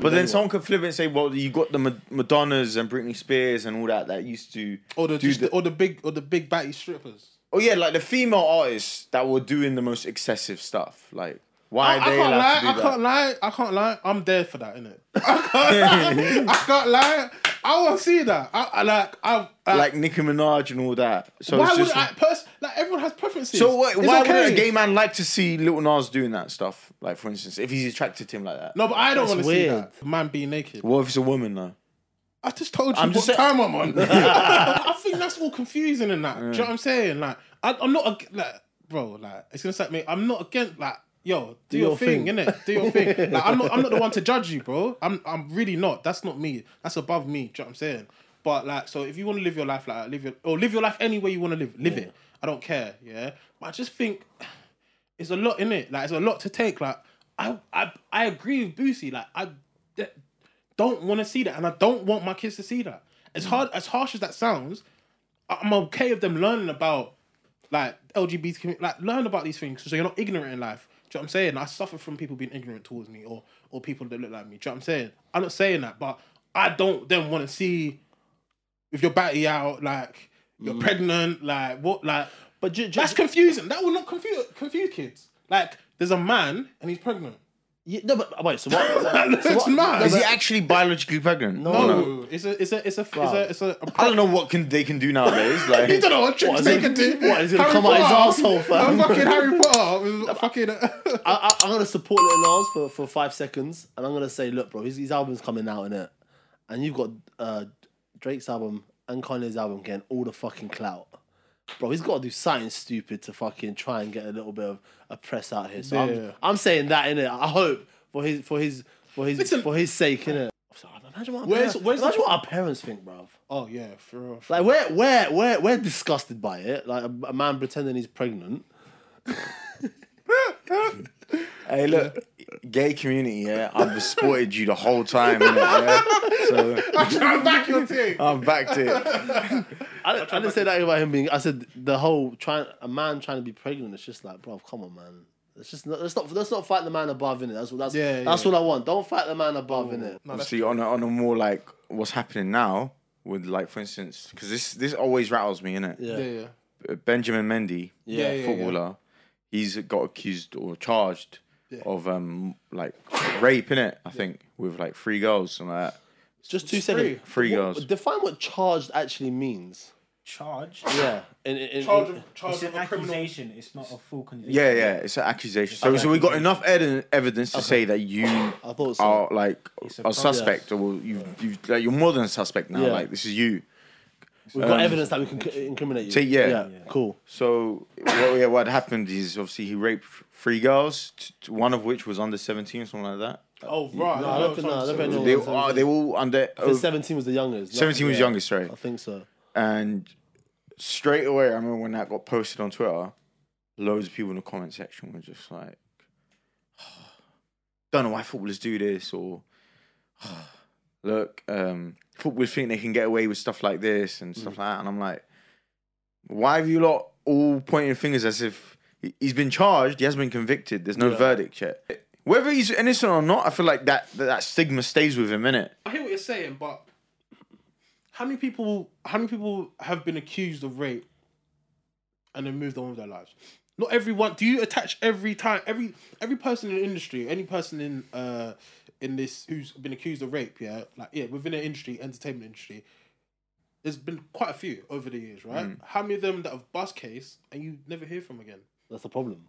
[SPEAKER 1] But then someone could flip it and say, well, you got the Ma- Madonnas and Britney Spears and all that that used to.
[SPEAKER 2] Or the,
[SPEAKER 1] do
[SPEAKER 2] just,
[SPEAKER 1] the-
[SPEAKER 2] the, or the big or the big batty strippers.
[SPEAKER 1] oh, yeah, like the female artists that were doing the most excessive stuff. Like, why
[SPEAKER 2] I, I
[SPEAKER 1] are they
[SPEAKER 2] can't
[SPEAKER 1] allowed
[SPEAKER 2] lie.
[SPEAKER 1] to do
[SPEAKER 2] I
[SPEAKER 1] that?
[SPEAKER 2] can't lie. I can't lie. I'm there for that, innit? I can't lie. I can't lie. I want to see that. I, I like. I like.
[SPEAKER 1] Like Nicki Minaj and all that. So
[SPEAKER 2] why
[SPEAKER 1] it's
[SPEAKER 2] would
[SPEAKER 1] just,
[SPEAKER 2] I? Pers- like everyone has preferences.
[SPEAKER 1] So what,
[SPEAKER 2] It's
[SPEAKER 1] why would
[SPEAKER 2] okay.
[SPEAKER 1] a gay man like to see Little Nas doing that stuff? Like, for instance, if he's attracted to him like that.
[SPEAKER 2] No, but I don't
[SPEAKER 3] That's
[SPEAKER 2] want to see
[SPEAKER 3] weird.
[SPEAKER 2] that. Man being naked.
[SPEAKER 1] What if it's a woman though?
[SPEAKER 2] I just told you
[SPEAKER 1] I'm
[SPEAKER 2] what
[SPEAKER 1] just saying-
[SPEAKER 2] time I'm on. I think that's all confusing and that. Do you know what I'm saying? Like, I, I'm not ag- like, bro. Like, it's gonna sound me. I'm not against like, yo, do, your,
[SPEAKER 3] your
[SPEAKER 2] thing,
[SPEAKER 3] thing.
[SPEAKER 2] innit? Do your thing. Like, I'm not. I'm not the one to judge you, bro. I'm. I'm really not. That's not me. That's above me. Do you know what I'm saying? But like, so if you want to live your life like, that, live your or live your life any way you want to live, live it. I don't care. Yeah. But I just think it's a lot in it. Like it's a lot to take. Like I I I agree with Boosie. Like I d- don't want to see that, and I don't want my kids to see that. As hard as harsh as that sounds, I- I'm okay with them learning about like LGBT community. Like learn about these things so you're not ignorant in life. Do you know what I'm saying? I suffer from people being ignorant towards me or or people that look like me. Do you know what I'm saying? I'm not saying that, but I don't then want to see if you're batty out, like you're pregnant, like what, like
[SPEAKER 3] Mm. but ju- ju-
[SPEAKER 2] that's confusing. That will not confuse confuse kids. Like, there's a man and he's pregnant.
[SPEAKER 3] yeah, no, but wait. So what? so
[SPEAKER 2] It's
[SPEAKER 3] what
[SPEAKER 2] mad.
[SPEAKER 1] Is he actually biologically pregnant?
[SPEAKER 2] No,
[SPEAKER 3] Oh.
[SPEAKER 1] Or
[SPEAKER 2] Oh, it's a it's a it's a it's
[SPEAKER 3] Wow.
[SPEAKER 2] a, it's a, a
[SPEAKER 1] I don't know what can they can do nowadays. Like,
[SPEAKER 2] you don't know what tricks
[SPEAKER 3] is
[SPEAKER 2] they
[SPEAKER 3] it-
[SPEAKER 2] can do.
[SPEAKER 3] what, is it gonna
[SPEAKER 2] Harry
[SPEAKER 3] come out his
[SPEAKER 2] Potter.
[SPEAKER 3] arsehole, fam?
[SPEAKER 2] A fucking Harry Potter. with a fucking.
[SPEAKER 3] I, I, I'm gonna support Little Nas for, for five seconds, and I'm gonna say, look, bro, his, his album's coming out in it, and you've got uh, Drake's album and Kanye's album getting all the fucking clout. Bro, he's got to do something stupid to fucking try and get a little bit of a press out here. So
[SPEAKER 2] Yeah.
[SPEAKER 3] I'm, I'm saying that in it. I hope for his for his for his
[SPEAKER 2] Listen-
[SPEAKER 3] for his sake in it. Imagine what our
[SPEAKER 2] Where's-
[SPEAKER 3] parents,
[SPEAKER 2] where's the-
[SPEAKER 3] imagine what our parents think, bro.
[SPEAKER 2] oh yeah, for real.
[SPEAKER 3] Like we're we're we're we're disgusted by it. Like a, a man pretending he's pregnant.
[SPEAKER 1] Hey, look, gay community, yeah. I've supported you the whole time, innit, yeah? So
[SPEAKER 2] I'm back your thing.
[SPEAKER 1] I've backed it.
[SPEAKER 3] I didn't, I didn't say that about him being. I said the whole trying a man trying to be pregnant. It's just like, bro, come on, man. Let's just not, let's not let's not fight the man above in it. That's what that's
[SPEAKER 2] Yeah,
[SPEAKER 3] that's
[SPEAKER 2] yeah.
[SPEAKER 3] what I want. Don't fight the man above in it.
[SPEAKER 2] No, that's
[SPEAKER 1] Obviously, on a, on a more like what's happening now with like for instance, because this this always rattles me, innit? Uh,
[SPEAKER 3] Yeah.
[SPEAKER 2] yeah, yeah,
[SPEAKER 1] Benjamin Mendy,
[SPEAKER 2] Yeah, yeah,
[SPEAKER 1] footballer, he's got accused or charged
[SPEAKER 2] Yeah.
[SPEAKER 1] of um like rape, innit? I think with like three girls and like that.
[SPEAKER 3] Just two
[SPEAKER 2] It's
[SPEAKER 3] seconds.
[SPEAKER 2] free.
[SPEAKER 1] Free
[SPEAKER 3] What-
[SPEAKER 1] girls.
[SPEAKER 3] Define what charged actually means.
[SPEAKER 4] Charge.
[SPEAKER 3] Yeah. In, in, in-
[SPEAKER 2] Charge of, charge
[SPEAKER 4] It's
[SPEAKER 2] of
[SPEAKER 4] an
[SPEAKER 2] a criminal.
[SPEAKER 4] accusation. It's not a full conviction.
[SPEAKER 1] Yeah, yeah, it's an accusation. So, so we got enough ed- evidence to say that you
[SPEAKER 3] I thought so.
[SPEAKER 1] are like
[SPEAKER 4] It's a
[SPEAKER 1] a
[SPEAKER 4] pro-
[SPEAKER 1] suspect, or you you like you're more than a suspect now.
[SPEAKER 3] Yeah.
[SPEAKER 1] Like this is you.
[SPEAKER 3] We've got evidence that we can c- incriminate you.
[SPEAKER 1] Take- Um, yeah.
[SPEAKER 4] Yeah.
[SPEAKER 3] Cool.
[SPEAKER 1] So what, yeah, what happened is obviously he raped f- three girls, t- t- one of which was under seventeen or something like that.
[SPEAKER 2] Oh right,
[SPEAKER 3] No, I don't think- no, I don't think- no.
[SPEAKER 1] they,
[SPEAKER 3] one's
[SPEAKER 1] are, they were all under
[SPEAKER 3] I think
[SPEAKER 1] oh,
[SPEAKER 3] 17 was the youngest. no?
[SPEAKER 1] 17 was
[SPEAKER 3] Yeah.
[SPEAKER 1] youngest, sorry.
[SPEAKER 3] I think so.
[SPEAKER 1] and straight away. I remember when that got posted on Twitter, loads of people in the comment section were just like, "Don't know why footballers do this," or "Look, um, footballers think they can get away with stuff like this and stuff like that." And I'm like, "Why have you lot all pointing fingers as if he- he's been charged? He has been convicted. There's no verdict yet." Whether he's innocent or not, I feel like that that, that stigma stays with him, innit?
[SPEAKER 2] I hear what you're saying, but how many people? How many people have been accused of rape and then moved on with their lives? Not everyone. Do you attach every time every every person in the industry, any person in uh in this who's been accused of rape? Yeah, like yeah, within the industry, entertainment industry, there's been quite a few over the years, right? How many of them that have bust case and you never hear from again?
[SPEAKER 3] That's the problem.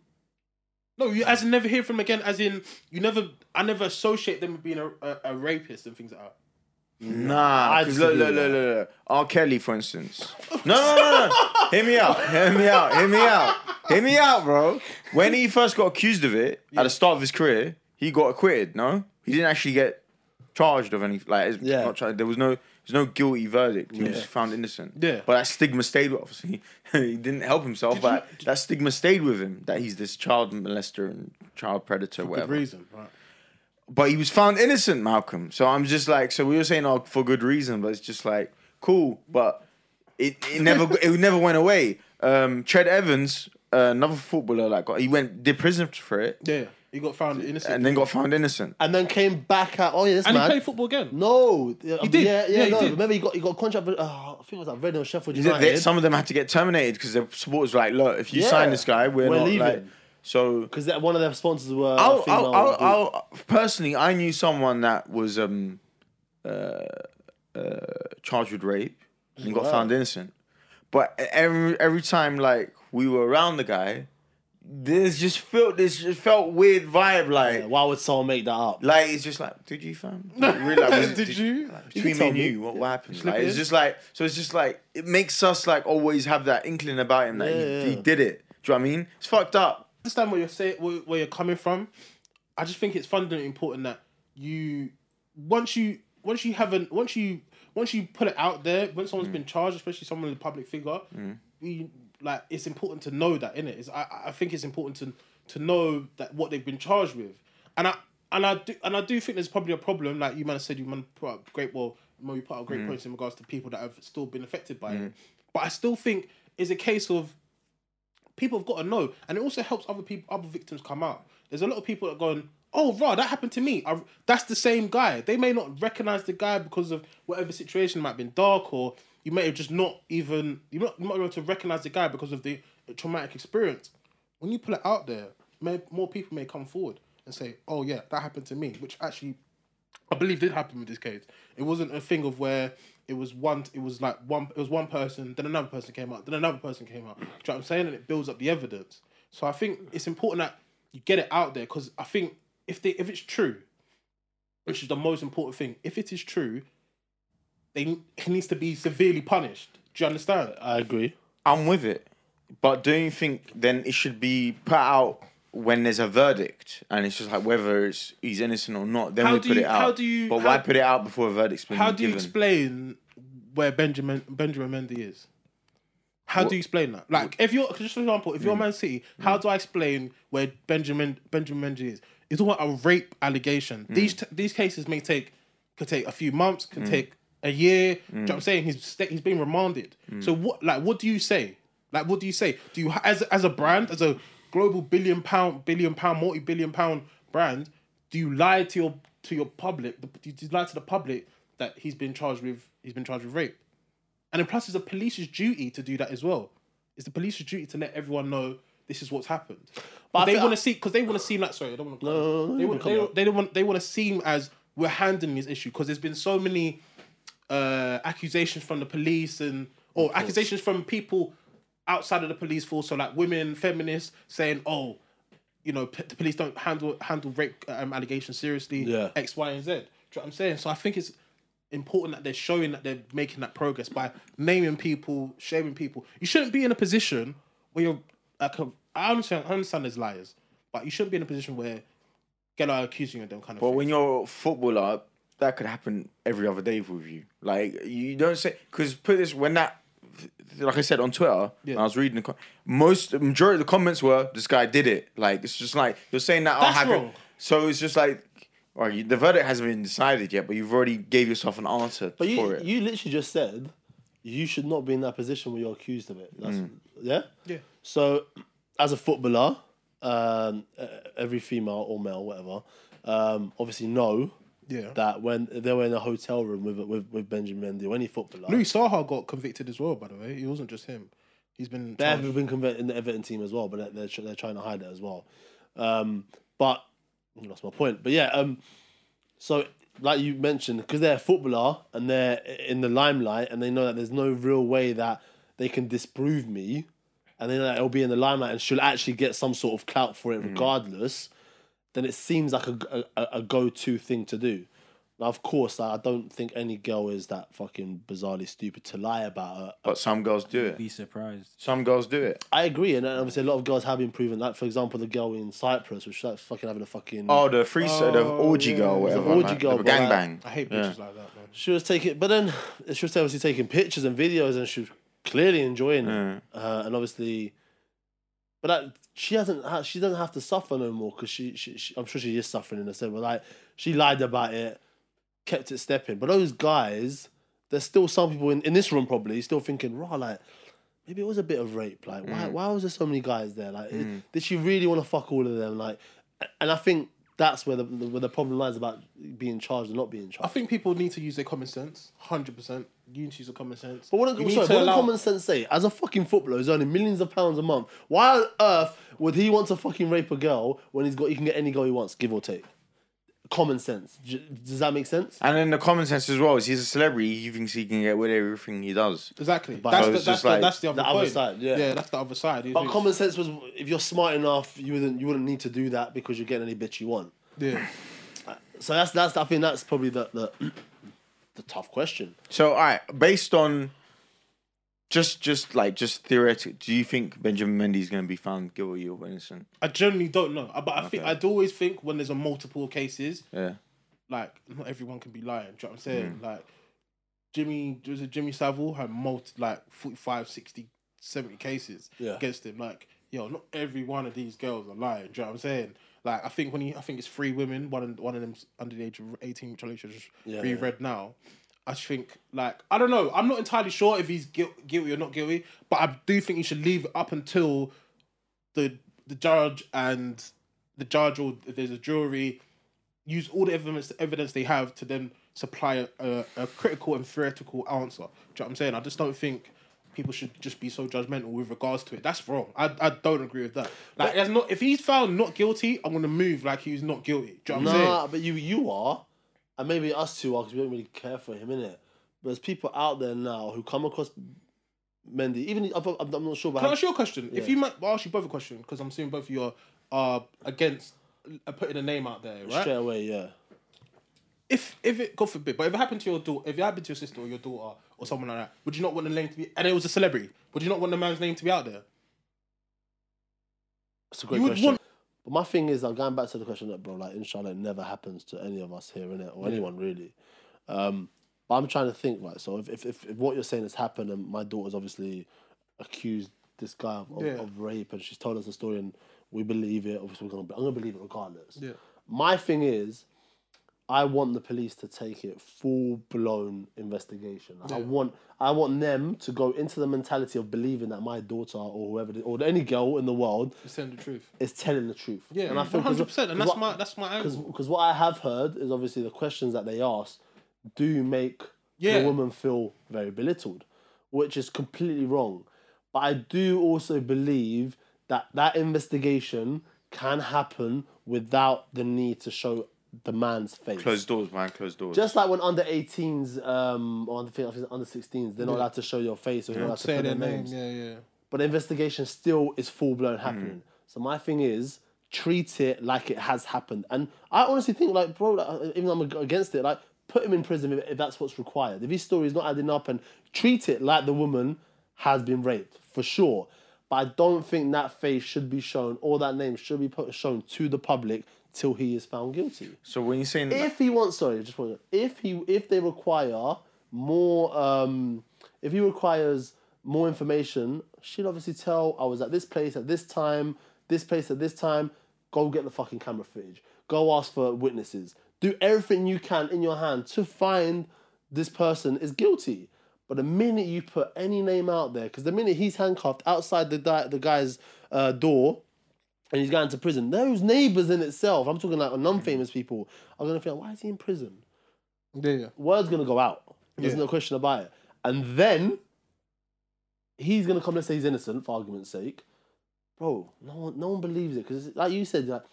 [SPEAKER 2] No, you as in never hear from again. As in you never. I never associate them with being a, a, a rapist and things like that.
[SPEAKER 1] Nah,
[SPEAKER 3] I
[SPEAKER 1] 'cause look, look,
[SPEAKER 3] disagree
[SPEAKER 1] look,
[SPEAKER 3] with
[SPEAKER 1] look, look. R. Kelly, for instance. No, no, no, no. hear me out. Hear me out. Hear me out. Hear me out, bro. When he first got accused of it at the start of his career, he got acquitted. No, he didn't actually get charged of any like. it's
[SPEAKER 3] Yeah.
[SPEAKER 1] Not charged. There was no. There's no guilty verdict. He was found innocent.
[SPEAKER 2] Yeah.
[SPEAKER 1] But that stigma stayed with. Obviously, he didn't help himself. but that stigma stayed with him. That he's this child molester and child predator,
[SPEAKER 2] Good
[SPEAKER 1] whatever
[SPEAKER 2] reason, right?
[SPEAKER 1] but he was found innocent, Malcolm. So I'm just like, so we were saying, oh, for good reason, but it's just like, cool, but it, it never it never went away. Um, Tread Evans, uh, another footballer, like got, he went did prison for it,
[SPEAKER 2] Yeah, he got found innocent.
[SPEAKER 1] and then got found innocent.
[SPEAKER 3] And then came back out. Oh, yeah, this
[SPEAKER 2] and
[SPEAKER 3] man.
[SPEAKER 2] he played football again.
[SPEAKER 3] No, he
[SPEAKER 2] did.
[SPEAKER 3] Yeah, yeah,
[SPEAKER 2] Yeah, he
[SPEAKER 3] no.
[SPEAKER 2] did.
[SPEAKER 3] Remember, he got he got a contract. With, uh, I think it was like Reading or Sheffield
[SPEAKER 1] They-
[SPEAKER 3] United.
[SPEAKER 1] they- some of them had to get terminated because their supporters were like, look, if you
[SPEAKER 3] Yeah.
[SPEAKER 1] sign this guy, we're,
[SPEAKER 3] We're
[SPEAKER 1] not,
[SPEAKER 3] leaving.
[SPEAKER 1] Like, so
[SPEAKER 3] because one of their sponsors were
[SPEAKER 1] I'll,
[SPEAKER 3] female.
[SPEAKER 1] I'll, I'll, I'll, personally, I knew someone that was um, uh, uh, charged with rape and got
[SPEAKER 3] Wow.
[SPEAKER 1] found innocent. But e, every every time like we were around the guy, this just felt this just felt weird vibe like.
[SPEAKER 3] Yeah, why would someone make that up?
[SPEAKER 1] Like it's just like, did you fam? Really, like, was-
[SPEAKER 2] Did you?
[SPEAKER 1] like, between
[SPEAKER 3] You can
[SPEAKER 1] me
[SPEAKER 3] tell
[SPEAKER 1] and
[SPEAKER 3] me.
[SPEAKER 1] you? What, what happened?
[SPEAKER 2] Slip
[SPEAKER 1] Like,
[SPEAKER 2] it
[SPEAKER 1] it's
[SPEAKER 2] in.
[SPEAKER 1] just like so. It's just like it makes us like always have that inkling about him that
[SPEAKER 3] Yeah,
[SPEAKER 1] he, he
[SPEAKER 3] yeah.
[SPEAKER 1] did it. Do you know what I mean? It's fucked up.
[SPEAKER 2] I understand where you're saying, where, where you're coming from. I just think it's fundamentally important that you once you once you haven't once you once you put it out there when someone's been charged, especially someone in a public figure, you, like it's important to know that in it. It's, I I think it's important to to know that what they've been charged with, and I and I do and I do think there's probably a problem. Like you man said, you man put up great well, Mo, you put out great points in regards to people that have still been affected by it, but I still think it's a case of people have got to know, and it also helps other people, other victims come out. There's a lot of people that are going, "Oh, rah, that happened to me. I, that's the same guy." They may not recognize the guy because of whatever situation might have been dark, or you may have just not even you not you might not be able to recognize the guy because of the traumatic experience. When you pull it out there, may, more people may come forward and say, "Oh, yeah, that happened to me," which actually I believe did happen with this case. It wasn't a thing of where it was one. It was like one. It was one person. Then another person came out. Then another person came out. Do you know what I'm saying? And it builds up the evidence. So I think it's important that you get it out there because I think if they if it's true, which is the most important thing, if it is true, they it needs to be severely punished. Do you understand?
[SPEAKER 3] I agree.
[SPEAKER 1] I'm with it. But don't you think then it should be put out when there's a verdict and it's just like whether it's he's innocent or not, then
[SPEAKER 2] How
[SPEAKER 1] we
[SPEAKER 2] do
[SPEAKER 1] put
[SPEAKER 2] you-
[SPEAKER 1] it out.
[SPEAKER 2] how do you-
[SPEAKER 1] but
[SPEAKER 2] how-
[SPEAKER 1] why put it out before a verdict's been
[SPEAKER 2] How do you
[SPEAKER 1] given?
[SPEAKER 2] explain where Benjamin Benjamin Mendy is? How do you explain that? Like, if you're 'cause just for example, if you're Man City, how do I explain where Benjamin Benjamin Mendy is? It's all a rape allegation. These t- these cases may take could take a few months, could take a year. Do you know what I'm saying? He's sta he's been remanded. So what? Like, what do you say? Like, what do you say? Do you ha- as as a brand as a global billion pound, billion pound, multi billion pound brand, do you lie to your to your public? Do you lie to the public that he's been charged with he's been charged with rape? And then plus, it's the police's duty to do that as well. It's the police's duty to let everyone know this is what's happened. But they
[SPEAKER 3] think-
[SPEAKER 2] want to see because they want to seem like sorry, I don't want to.
[SPEAKER 3] no, no,
[SPEAKER 1] uh,
[SPEAKER 2] they
[SPEAKER 3] you
[SPEAKER 2] want
[SPEAKER 3] can
[SPEAKER 2] they,
[SPEAKER 3] come out.
[SPEAKER 2] they don't want they want to seem as we're handling this issue because there's been so many uh, accusations from the police and or accusations from people outside of the police force, so like women, feminists, saying, "Oh, you know, p- the police don't handle handle rape um, allegations seriously."
[SPEAKER 3] Yeah.
[SPEAKER 2] X, Y, and Z. Do you know what I'm saying? So I think it's important that they're showing that they're making that progress by naming people, shaming people. You shouldn't be in a position where you're like, a- I understand, I understand there's liars, but you shouldn't be in a position where get are accusing you of them kind of.
[SPEAKER 1] But
[SPEAKER 2] thing.
[SPEAKER 1] when you're a footballer, that could happen every other day with you. Like you don't say because put this when that, like I said on Twitter, when I was reading the com- most the majority of the comments were this guy did it. Like it's just like you're saying that.
[SPEAKER 2] That's
[SPEAKER 1] oh, how could-"
[SPEAKER 2] wrong.
[SPEAKER 1] So it's just like. Or you, the verdict hasn't been decided yet, but you've already gave yourself an answer
[SPEAKER 3] But you,
[SPEAKER 1] for it.
[SPEAKER 3] you literally just said you should not be in that position where you're accused of it. That's,
[SPEAKER 1] Mm.
[SPEAKER 3] Yeah?
[SPEAKER 2] Yeah.
[SPEAKER 3] So, as a footballer, um, uh, every female or male, whatever, um, obviously know
[SPEAKER 2] Yeah.
[SPEAKER 3] that when they were in a hotel room with with, with Benjamin Mendy or any footballer,
[SPEAKER 2] Louis Saha got convicted as well, by the way. It wasn't just him. He's been
[SPEAKER 3] They
[SPEAKER 2] charged.
[SPEAKER 3] have been converted in the Everton team as well, but they're- they're tr- they're trying to hide it as well. Um, but I lost my point. But yeah, um, so like you mentioned, because they're a footballer and they're i- in the limelight, and they know that there's no real way that they can disprove me, and they know that it'll be in the limelight, and she'll actually get some sort of clout for it regardless. Then it seems like a a, a go to thing to do. Now, of course, I don't think any girl is that fucking bizarrely stupid to lie about a,
[SPEAKER 1] But some girls do it.
[SPEAKER 4] Be surprised.
[SPEAKER 1] Some girls do it.
[SPEAKER 3] I agree, and obviously a lot of girls have been proven. Like for example, the girl in Cyprus, which like fucking having a fucking
[SPEAKER 1] Oh, the free, the orgy
[SPEAKER 2] yeah.
[SPEAKER 1] girl,
[SPEAKER 2] The
[SPEAKER 1] whatever.
[SPEAKER 3] orgy
[SPEAKER 1] man.
[SPEAKER 3] girl,
[SPEAKER 1] the
[SPEAKER 3] but like-
[SPEAKER 1] gangbang.
[SPEAKER 2] I hate bitches like that, man.
[SPEAKER 3] she was taking, but then she was obviously taking pictures and videos, and she was clearly enjoying it. Uh, and obviously, but like, she hasn't, ha- she doesn't have to suffer no more because she, she, she, I'm sure she is suffering in a sense. But like, she lied about it, kept it stepping. But those guys, there's still some people in, in this room probably still thinking, rah, like maybe it was a bit of rape. Like, why, why was there so many guys there? Like, did she really want to fuck all of them? Like, and I think. That's where the where the problem lies about being charged and not being charged.
[SPEAKER 2] I think people need to use their common sense. Hundred percent. You need to use your common sense.
[SPEAKER 3] But what
[SPEAKER 2] you
[SPEAKER 3] did
[SPEAKER 2] need
[SPEAKER 3] sorry,
[SPEAKER 2] to
[SPEAKER 3] what did
[SPEAKER 2] allow-
[SPEAKER 3] common sense say? As a fucking footballer who's earning millions of pounds a month, why on earth would he want to fucking rape a girl when he's got he can get any girl he wants, give or take? Common sense. J- does that make sense?
[SPEAKER 1] And then the common sense as well is he's a celebrity. He thinks he can get with everything he does.
[SPEAKER 2] Exactly. That's
[SPEAKER 1] So
[SPEAKER 2] the,
[SPEAKER 1] it's
[SPEAKER 2] that's,
[SPEAKER 1] just
[SPEAKER 2] the,
[SPEAKER 1] like
[SPEAKER 2] that's the other
[SPEAKER 3] the other
[SPEAKER 2] point.
[SPEAKER 3] side, yeah.
[SPEAKER 2] that's the other side. You
[SPEAKER 3] But
[SPEAKER 2] think-
[SPEAKER 3] common sense was if you're smart enough, you wouldn't you wouldn't need to do that because you're getting any bitch you want.
[SPEAKER 2] yeah.
[SPEAKER 3] So that's that's I think that's probably the the, the tough question.
[SPEAKER 1] So, all right, based on just just like just theoretical, do you think Benjamin Mendy is going to be found guilty or innocent?
[SPEAKER 2] I generally don't know, Uh, but I think I'd always think when there's a multiple cases,
[SPEAKER 1] Yeah.
[SPEAKER 2] like not everyone can be lying. Do you know what I'm saying?
[SPEAKER 3] Mm.
[SPEAKER 2] Like Jimmy, was it Jimmy Savile had multi like 45, 60, 70 cases
[SPEAKER 3] Yeah.
[SPEAKER 2] against him. Like, yo, not every one of these girls are lying. Do you know what I'm saying? Like, I think when he, I think it's three women, one of- one of them's under the age of eighteen, which I literally just
[SPEAKER 3] Yeah,
[SPEAKER 2] reread now. I just think, like, I don't know. I'm not entirely sure if he's guilt, guilty or not guilty, but I do think you should leave it up until the the judge and the judge or if there's a jury use all the evidence evidence they have to then supply a, a, a critical and theoretical answer. Do you know what I'm saying? I just don't think people should just be so judgmental with regards to it. That's wrong. I, I don't agree with that. Like, that's not if he's found not guilty, I'm gonna move like he's not guilty. Do you know what I'm saying?
[SPEAKER 3] Nah, but you you are, and maybe us two are because we don't really care for him, innit? But there's people out there now who come across Mendy. Even I'm, I'm I'm not sure about.
[SPEAKER 2] Can I
[SPEAKER 3] how-
[SPEAKER 2] ask you a question? If you might, I'll ask you both a question because I'm seeing both of you are, are against uh, putting a name out there, right?
[SPEAKER 3] Straight away, yeah.
[SPEAKER 2] If if it God forbid, but if it happened to your daughter, if it happened to your sister or your daughter or someone like that, would you not want the name to be? And it was a celebrity. Would you not want the man's name to be out there?
[SPEAKER 3] It's a great
[SPEAKER 2] You would
[SPEAKER 3] question.
[SPEAKER 2] want-
[SPEAKER 3] but my thing is, I'm going back to the question that, bro, like, inshallah, it never happens to any of us here, innit? Or anyone really. Um, but I'm trying to think, right? So if, if, if, if what you're saying has happened and my daughter's obviously accused this guy of, of,
[SPEAKER 2] Yeah.
[SPEAKER 3] of rape and she's told us the story and we believe it, obviously, we're gonna, I'm going to believe it regardless.
[SPEAKER 2] Yeah.
[SPEAKER 3] My thing is, I want the police to take it full blown investigation. Like, I want I want them to go into the mentality of believing that my daughter or whoever it- or any girl in the world
[SPEAKER 2] Just tell the truth.
[SPEAKER 3] is telling the truth.
[SPEAKER 2] Yeah,
[SPEAKER 3] and I
[SPEAKER 2] one
[SPEAKER 3] think 'cause-
[SPEAKER 2] hundred percent, and
[SPEAKER 3] cause
[SPEAKER 2] that's
[SPEAKER 3] what-
[SPEAKER 2] my that's my angle.
[SPEAKER 3] because what I have heard is obviously the questions that they ask do make
[SPEAKER 2] Yeah.
[SPEAKER 3] the woman feel very belittled, which is completely wrong. But I do also believe that that investigation can happen without the need to show the man's face.
[SPEAKER 1] Closed doors, man. Closed doors.
[SPEAKER 3] Just like when under 18s um, or under, I think it's under 16s, they're not allowed to show your face or you're not allowed to
[SPEAKER 2] Say
[SPEAKER 3] put
[SPEAKER 2] their
[SPEAKER 3] their
[SPEAKER 2] name.
[SPEAKER 3] names
[SPEAKER 2] Yeah, yeah.
[SPEAKER 3] but the investigation still is full blown happening. So my thing is treat it like it has happened, and I honestly think like bro, like, even though I'm ag- against it, like put him in prison if, if that's what's required. If his story is not adding up, and treat it like the woman has been raped for sure. But I don't think that face should be shown or that name should be put, shown to the public till he is found guilty
[SPEAKER 1] so when you're saying
[SPEAKER 3] if he wants sorry just one if he if they require more um if he requires more information she'd obviously tell i was at this place at this time this place at this time go get the fucking camera footage go ask for witnesses do everything you can in your hand to find this person is guilty but the minute you put any name out there because the minute he's handcuffed outside the, di- the guy's uh, door and he's going to prison. Those neighbours in itself, I'm talking like non-famous people, are gonna feel why is he in prison?
[SPEAKER 2] Yeah, yeah.
[SPEAKER 3] Word's gonna go out. There's
[SPEAKER 2] Yeah.
[SPEAKER 3] no question about it. And then he's gonna come and say he's innocent for argument's sake. Bro, no one, no one believes it because like you said, like,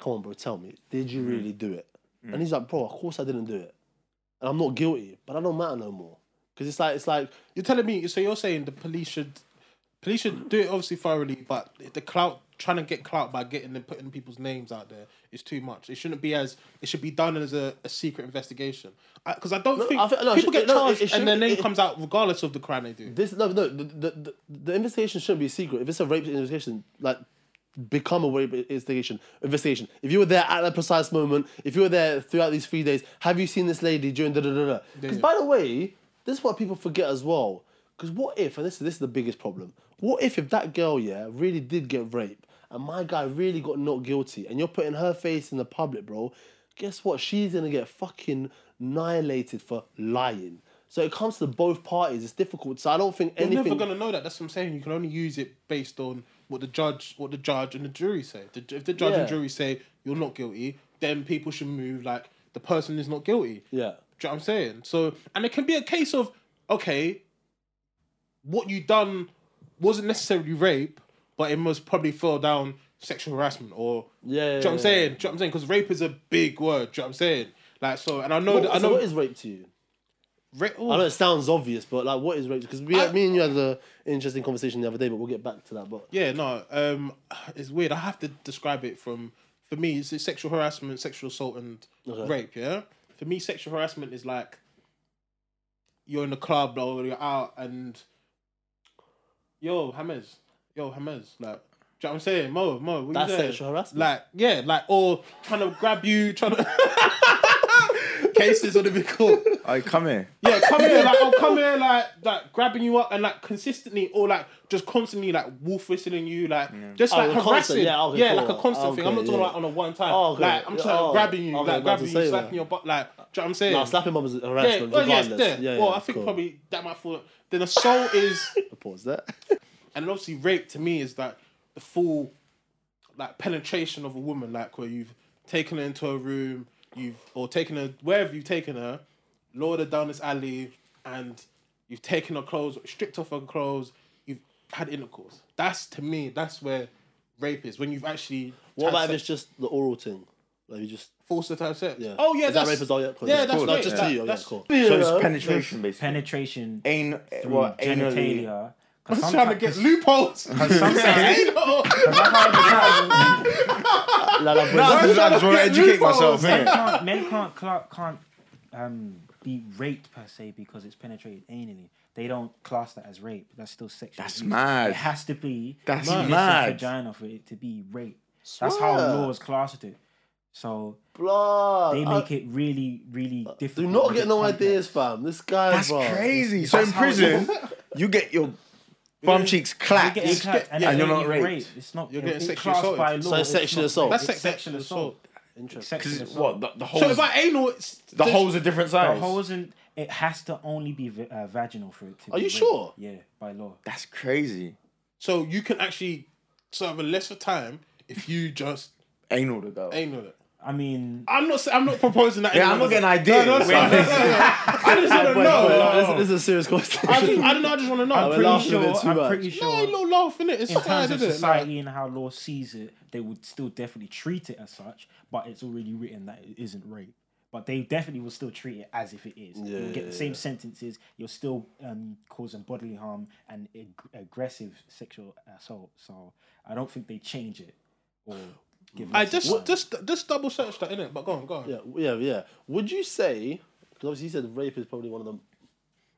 [SPEAKER 3] come on, bro, tell me, did you really do it? And he's like, bro, of course I didn't do it, and I'm not guilty, but I don't matter no more. Because it's like it's like
[SPEAKER 2] You're telling me. So you're saying the police should, police should do it obviously thoroughly, but the clout trying to get clout by getting and putting people's names out there is too much. It shouldn't be as. It should be done as a, a secret investigation. Because I, don't think
[SPEAKER 3] I think- no, it
[SPEAKER 2] people
[SPEAKER 3] should-
[SPEAKER 2] get
[SPEAKER 3] no, it-
[SPEAKER 2] charged
[SPEAKER 3] it should-
[SPEAKER 2] and their name
[SPEAKER 3] it-
[SPEAKER 2] comes out regardless of the crime they do.
[SPEAKER 3] This no no the, the, the, the investigation shouldn't be a secret. If it's a rape investigation, like become a rape investigation investigation. If you were there at that precise moment, if you were there throughout these three days, have you seen this lady during da da da da? Because
[SPEAKER 2] Yeah.
[SPEAKER 3] by the way, this is what people forget as well. Because what if, and this is this is the biggest problem. What if if that girl yeah really did get raped and my guy really got not guilty and you're putting her face in the public, bro? Guess what? She's gonna get fucking annihilated for lying. So it comes to both parties. It's difficult. So I don't think
[SPEAKER 2] You're
[SPEAKER 3] anything.
[SPEAKER 2] never gonna know that. That's what I'm saying. You can only use it based on what the judge, what the judge and the jury say. The, if the judge
[SPEAKER 3] Yeah.
[SPEAKER 2] and jury say you're not guilty, then people should move like the person is not guilty. Do
[SPEAKER 3] Yeah.
[SPEAKER 2] you know what I'm saying? So, and it can be a case of, okay, what you done wasn't necessarily rape, but it must probably fall down sexual harassment or.
[SPEAKER 3] Yeah,
[SPEAKER 2] do you
[SPEAKER 3] yeah,
[SPEAKER 2] know what I'm
[SPEAKER 3] yeah,
[SPEAKER 2] saying? Do you know what I'm saying? Because rape is a big word. Do you know what I'm saying? Like, so, and I know that,
[SPEAKER 3] What-
[SPEAKER 2] I
[SPEAKER 3] so
[SPEAKER 2] know.
[SPEAKER 3] what is rape to you?
[SPEAKER 2] ra- oh,
[SPEAKER 3] I know it sounds obvious, but like, what is rape? Because we,
[SPEAKER 2] I-
[SPEAKER 3] me and you had an interesting conversation the other day, but we'll get back to that. But
[SPEAKER 2] Yeah, no, um, it's weird. I have to describe it from for me. It's sexual harassment, sexual assault, and
[SPEAKER 3] Okay.
[SPEAKER 2] rape. Yeah, for me, sexual harassment is like you're in the club or you're out and yo, Hammers, yo, Hammers, like. Do you know what I'm saying? Mo, Mo, what you
[SPEAKER 3] That's
[SPEAKER 2] doing?
[SPEAKER 3] sexual harassment.
[SPEAKER 2] Like, yeah, like, or trying to grab you, trying to. Cases would have been cool.
[SPEAKER 1] I come here.
[SPEAKER 2] Yeah, come here, like I'll come here, like like grabbing you up and like consistently or like just constantly like wolf whistling you, like just
[SPEAKER 3] Oh,
[SPEAKER 2] like
[SPEAKER 3] a
[SPEAKER 2] harassing,
[SPEAKER 3] constant, yeah, okay, cool.
[SPEAKER 2] like a constant thing. I'm not
[SPEAKER 3] Okay,
[SPEAKER 2] talking
[SPEAKER 3] yeah.
[SPEAKER 2] like on a one time,
[SPEAKER 3] Oh, okay.
[SPEAKER 2] like I'm just like,
[SPEAKER 3] Oh,
[SPEAKER 2] grabbing you,
[SPEAKER 3] okay,
[SPEAKER 2] like
[SPEAKER 3] glad to
[SPEAKER 2] grabbing you,
[SPEAKER 3] say that.
[SPEAKER 2] slapping your butt, like. Do you know what I'm saying?
[SPEAKER 3] no, slapping mum is
[SPEAKER 2] yeah,
[SPEAKER 3] harassment,
[SPEAKER 2] well, yes,
[SPEAKER 3] regardless.
[SPEAKER 2] there.
[SPEAKER 3] Yeah,
[SPEAKER 2] well,
[SPEAKER 3] yeah,
[SPEAKER 2] I think
[SPEAKER 3] cool.
[SPEAKER 2] probably that might fall. Then assault is,
[SPEAKER 3] pause that.
[SPEAKER 2] and obviously rape to me is like the full, like penetration of a woman, like where you've taken her into a room, you've or taken her wherever you've taken her, lowered her down this alley, and you've taken her clothes, stripped off her clothes, you've had intercourse. That's to me, that's where rape is when you've actually
[SPEAKER 3] What
[SPEAKER 2] had
[SPEAKER 3] about if
[SPEAKER 2] sex-
[SPEAKER 3] it's just the oral thing? Like you just
[SPEAKER 2] forced her to have sex?
[SPEAKER 3] Yeah.
[SPEAKER 2] Oh yeah,
[SPEAKER 3] Is that
[SPEAKER 2] that's
[SPEAKER 3] rape as well? Yeah, cool.
[SPEAKER 2] yeah,
[SPEAKER 3] Yeah,
[SPEAKER 2] that's
[SPEAKER 3] cool.
[SPEAKER 2] great.
[SPEAKER 3] No, just
[SPEAKER 2] That-
[SPEAKER 3] to you, yeah,
[SPEAKER 2] that's-
[SPEAKER 3] cool.
[SPEAKER 1] So it's penetration, basically.
[SPEAKER 4] Penetration
[SPEAKER 1] Ain-
[SPEAKER 4] through
[SPEAKER 1] well, eh, anally.
[SPEAKER 4] genitalia. 'Cause
[SPEAKER 2] I'm trying to
[SPEAKER 4] sometimes-
[SPEAKER 2] get loopholes.
[SPEAKER 4] sometimes-
[SPEAKER 3] La, la,
[SPEAKER 1] I
[SPEAKER 2] I'm
[SPEAKER 1] just
[SPEAKER 2] trying to
[SPEAKER 1] want to
[SPEAKER 2] get
[SPEAKER 1] educate myself.
[SPEAKER 4] men
[SPEAKER 1] innit?
[SPEAKER 4] can't, men can't cla- can't um, be raped per se because it's penetrated anally. They don't class that as rape. That's still sexual.
[SPEAKER 1] That's
[SPEAKER 4] abuse.
[SPEAKER 1] mad.
[SPEAKER 4] It has to be
[SPEAKER 1] That's
[SPEAKER 4] illicit
[SPEAKER 1] mad.
[SPEAKER 4] vagina for it to be rape. That's how
[SPEAKER 3] Swear.
[SPEAKER 4] laws classed it. So
[SPEAKER 3] blah.
[SPEAKER 4] they
[SPEAKER 3] I-
[SPEAKER 4] make it really, really
[SPEAKER 3] do
[SPEAKER 4] difficult.
[SPEAKER 3] not
[SPEAKER 4] make
[SPEAKER 3] get
[SPEAKER 4] it
[SPEAKER 3] no
[SPEAKER 4] complex.
[SPEAKER 3] ideas, fam. This guy,
[SPEAKER 1] That's
[SPEAKER 3] bro.
[SPEAKER 1] crazy. So in
[SPEAKER 4] how it
[SPEAKER 1] prison, you get your bum cheeks
[SPEAKER 4] You're
[SPEAKER 1] clapped.
[SPEAKER 4] getting clapped and,
[SPEAKER 1] and
[SPEAKER 4] then
[SPEAKER 1] you're not
[SPEAKER 4] you're
[SPEAKER 1] raped.
[SPEAKER 4] raped. It's not. You're
[SPEAKER 2] getting
[SPEAKER 4] it's
[SPEAKER 2] sexually
[SPEAKER 4] classed
[SPEAKER 2] assaulted.
[SPEAKER 4] by law.
[SPEAKER 3] So it's sexual
[SPEAKER 4] not-
[SPEAKER 3] assault.
[SPEAKER 2] That's
[SPEAKER 4] it's
[SPEAKER 2] sexual assault.
[SPEAKER 3] Interesting.
[SPEAKER 4] Except for the
[SPEAKER 1] Because
[SPEAKER 4] song.
[SPEAKER 1] what the, the holes,
[SPEAKER 2] So if I anal, it's,
[SPEAKER 1] the
[SPEAKER 2] it's-
[SPEAKER 1] holes are different
[SPEAKER 4] The
[SPEAKER 1] size.
[SPEAKER 4] holes in it has to only be vi- uh, vaginal for it to.
[SPEAKER 3] Are
[SPEAKER 4] be
[SPEAKER 3] you
[SPEAKER 4] rape.
[SPEAKER 3] sure?
[SPEAKER 4] Yeah, by law.
[SPEAKER 1] That's crazy.
[SPEAKER 2] So you can actually serve a lesser time if you just
[SPEAKER 1] Anal to go.
[SPEAKER 2] anal it.
[SPEAKER 4] I mean,
[SPEAKER 2] I'm not. sa- I'm not proposing that.
[SPEAKER 1] Yeah,
[SPEAKER 2] anal
[SPEAKER 1] I'm not
[SPEAKER 2] is-
[SPEAKER 1] getting ideas.
[SPEAKER 2] No, no, no, no, no, no, no. I just want to
[SPEAKER 3] No,
[SPEAKER 2] know.
[SPEAKER 3] this, this is a serious question.
[SPEAKER 2] I, just, I don't know. I just want to know.
[SPEAKER 3] I'm
[SPEAKER 4] pretty
[SPEAKER 3] laughing a bit
[SPEAKER 4] sure.
[SPEAKER 3] too
[SPEAKER 4] I'm
[SPEAKER 3] much.
[SPEAKER 4] pretty sure.
[SPEAKER 2] No, ain't no laugh in it. It's
[SPEAKER 4] in
[SPEAKER 2] sad,
[SPEAKER 4] terms of
[SPEAKER 2] isn't it? Like,
[SPEAKER 4] society and how law sees it, they would still definitely treat it as such, but it's already written that it isn't rape. But they definitely will still treat it as if it is. You'll get the same sentences. You're still um, causing bodily harm and ag- aggressive sexual assault. So I don't think they change it or give.
[SPEAKER 2] I
[SPEAKER 4] less of
[SPEAKER 2] just,
[SPEAKER 4] one.
[SPEAKER 2] just, just double search that in it. But go on, go on.
[SPEAKER 3] Yeah, yeah, yeah. Would you say? Because obviously you said rape is probably one of the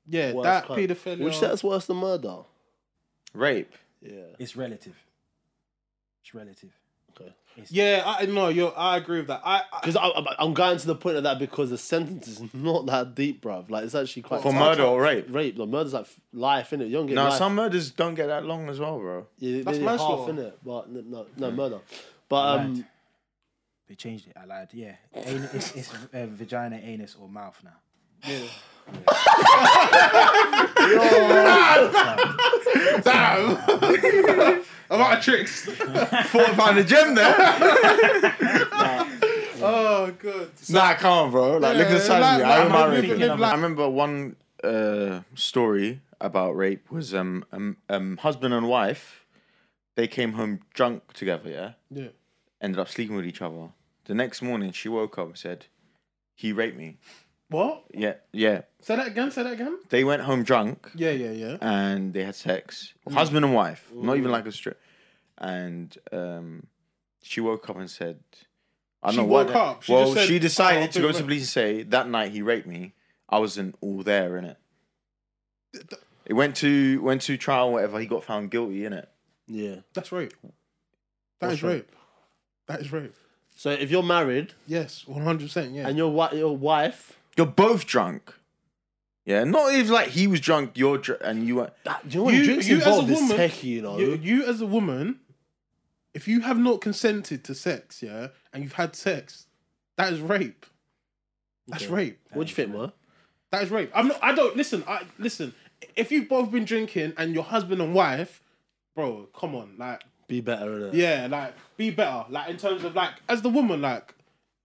[SPEAKER 2] Yeah,
[SPEAKER 3] worst.
[SPEAKER 2] that
[SPEAKER 3] crime.
[SPEAKER 2] paedophilia.
[SPEAKER 3] Would you say that's worse than murder?
[SPEAKER 1] Rape.
[SPEAKER 3] Yeah.
[SPEAKER 4] it's relative. It's relative.
[SPEAKER 3] Okay.
[SPEAKER 2] yeah, I know. You, I agree with that. I, I
[SPEAKER 3] Because I'm, I'm going to the point of that because the sentence is not that deep, bruv. Like it's actually quite
[SPEAKER 1] For
[SPEAKER 3] tight.
[SPEAKER 1] murder or rape?
[SPEAKER 3] Rape, like murder's like life in it. You don't get
[SPEAKER 1] No,
[SPEAKER 3] life.
[SPEAKER 1] some murders don't get that long as well, bro.
[SPEAKER 3] yeah,
[SPEAKER 2] that's
[SPEAKER 3] that's half
[SPEAKER 2] manslaughter.
[SPEAKER 3] in it, but no, no, no murder. But um,
[SPEAKER 4] Lied. They changed it. I lied. Yeah, Anus- it's, it's uh, vagina, anus, or mouth now.
[SPEAKER 2] I'm out of tricks.
[SPEAKER 1] Thought I found a gem there.
[SPEAKER 2] oh, good.
[SPEAKER 1] nah, come on, bro. Like, look at the size of
[SPEAKER 2] like-
[SPEAKER 1] you. I
[SPEAKER 2] like,
[SPEAKER 1] remember,
[SPEAKER 2] live-
[SPEAKER 1] raping.
[SPEAKER 2] live life.
[SPEAKER 1] I remember one uh, story about rape was um, um, um, husband and wife. They came home drunk together, yeah?
[SPEAKER 2] Yeah.
[SPEAKER 1] Ended up sleeping with each other. The next morning, she woke up and said, he raped me.
[SPEAKER 2] What?
[SPEAKER 1] Yeah, yeah.
[SPEAKER 2] Say that again. Say that again.
[SPEAKER 1] They went home drunk
[SPEAKER 2] Yeah, yeah, yeah.
[SPEAKER 1] and they had sex,
[SPEAKER 2] Mm.
[SPEAKER 1] husband and wife, not even like a strip. And um, she woke up and said, "I
[SPEAKER 2] She
[SPEAKER 1] know what."
[SPEAKER 2] woke up. She
[SPEAKER 1] well,
[SPEAKER 2] just said,
[SPEAKER 1] she
[SPEAKER 2] "Oh, I've
[SPEAKER 1] decided to
[SPEAKER 2] been
[SPEAKER 1] go to
[SPEAKER 2] raped."
[SPEAKER 1] police and say that night he raped me. I wasn't all there in it. It went to went to trial, whatever. He got found guilty in it.
[SPEAKER 3] yeah.
[SPEAKER 2] That's rape. That is
[SPEAKER 3] What's rape?
[SPEAKER 2] rape. That is rape.
[SPEAKER 3] So if you're married
[SPEAKER 2] Yes, one hundred percent. Yeah.
[SPEAKER 3] and your wi- your wife,
[SPEAKER 1] You're both drunk. Yeah, not if like he was drunk, you're dr- and you were.
[SPEAKER 3] that, do you know when
[SPEAKER 2] You-
[SPEAKER 3] drinks
[SPEAKER 2] you as a
[SPEAKER 3] involved is
[SPEAKER 2] woman-
[SPEAKER 3] techie, you know.
[SPEAKER 2] you, you as a woman, if you have not consented to sex, yeah, and you've had sex, that is rape. That's
[SPEAKER 3] Okay.
[SPEAKER 2] rape.
[SPEAKER 3] what do you think, man?
[SPEAKER 2] That is rape. I'm not. I don't listen. I listen. If you've both been drinking and your husband and wife, bro, come on, like,
[SPEAKER 3] Be better in it.
[SPEAKER 2] yeah, like, be better, like, in terms of like, as the woman, like,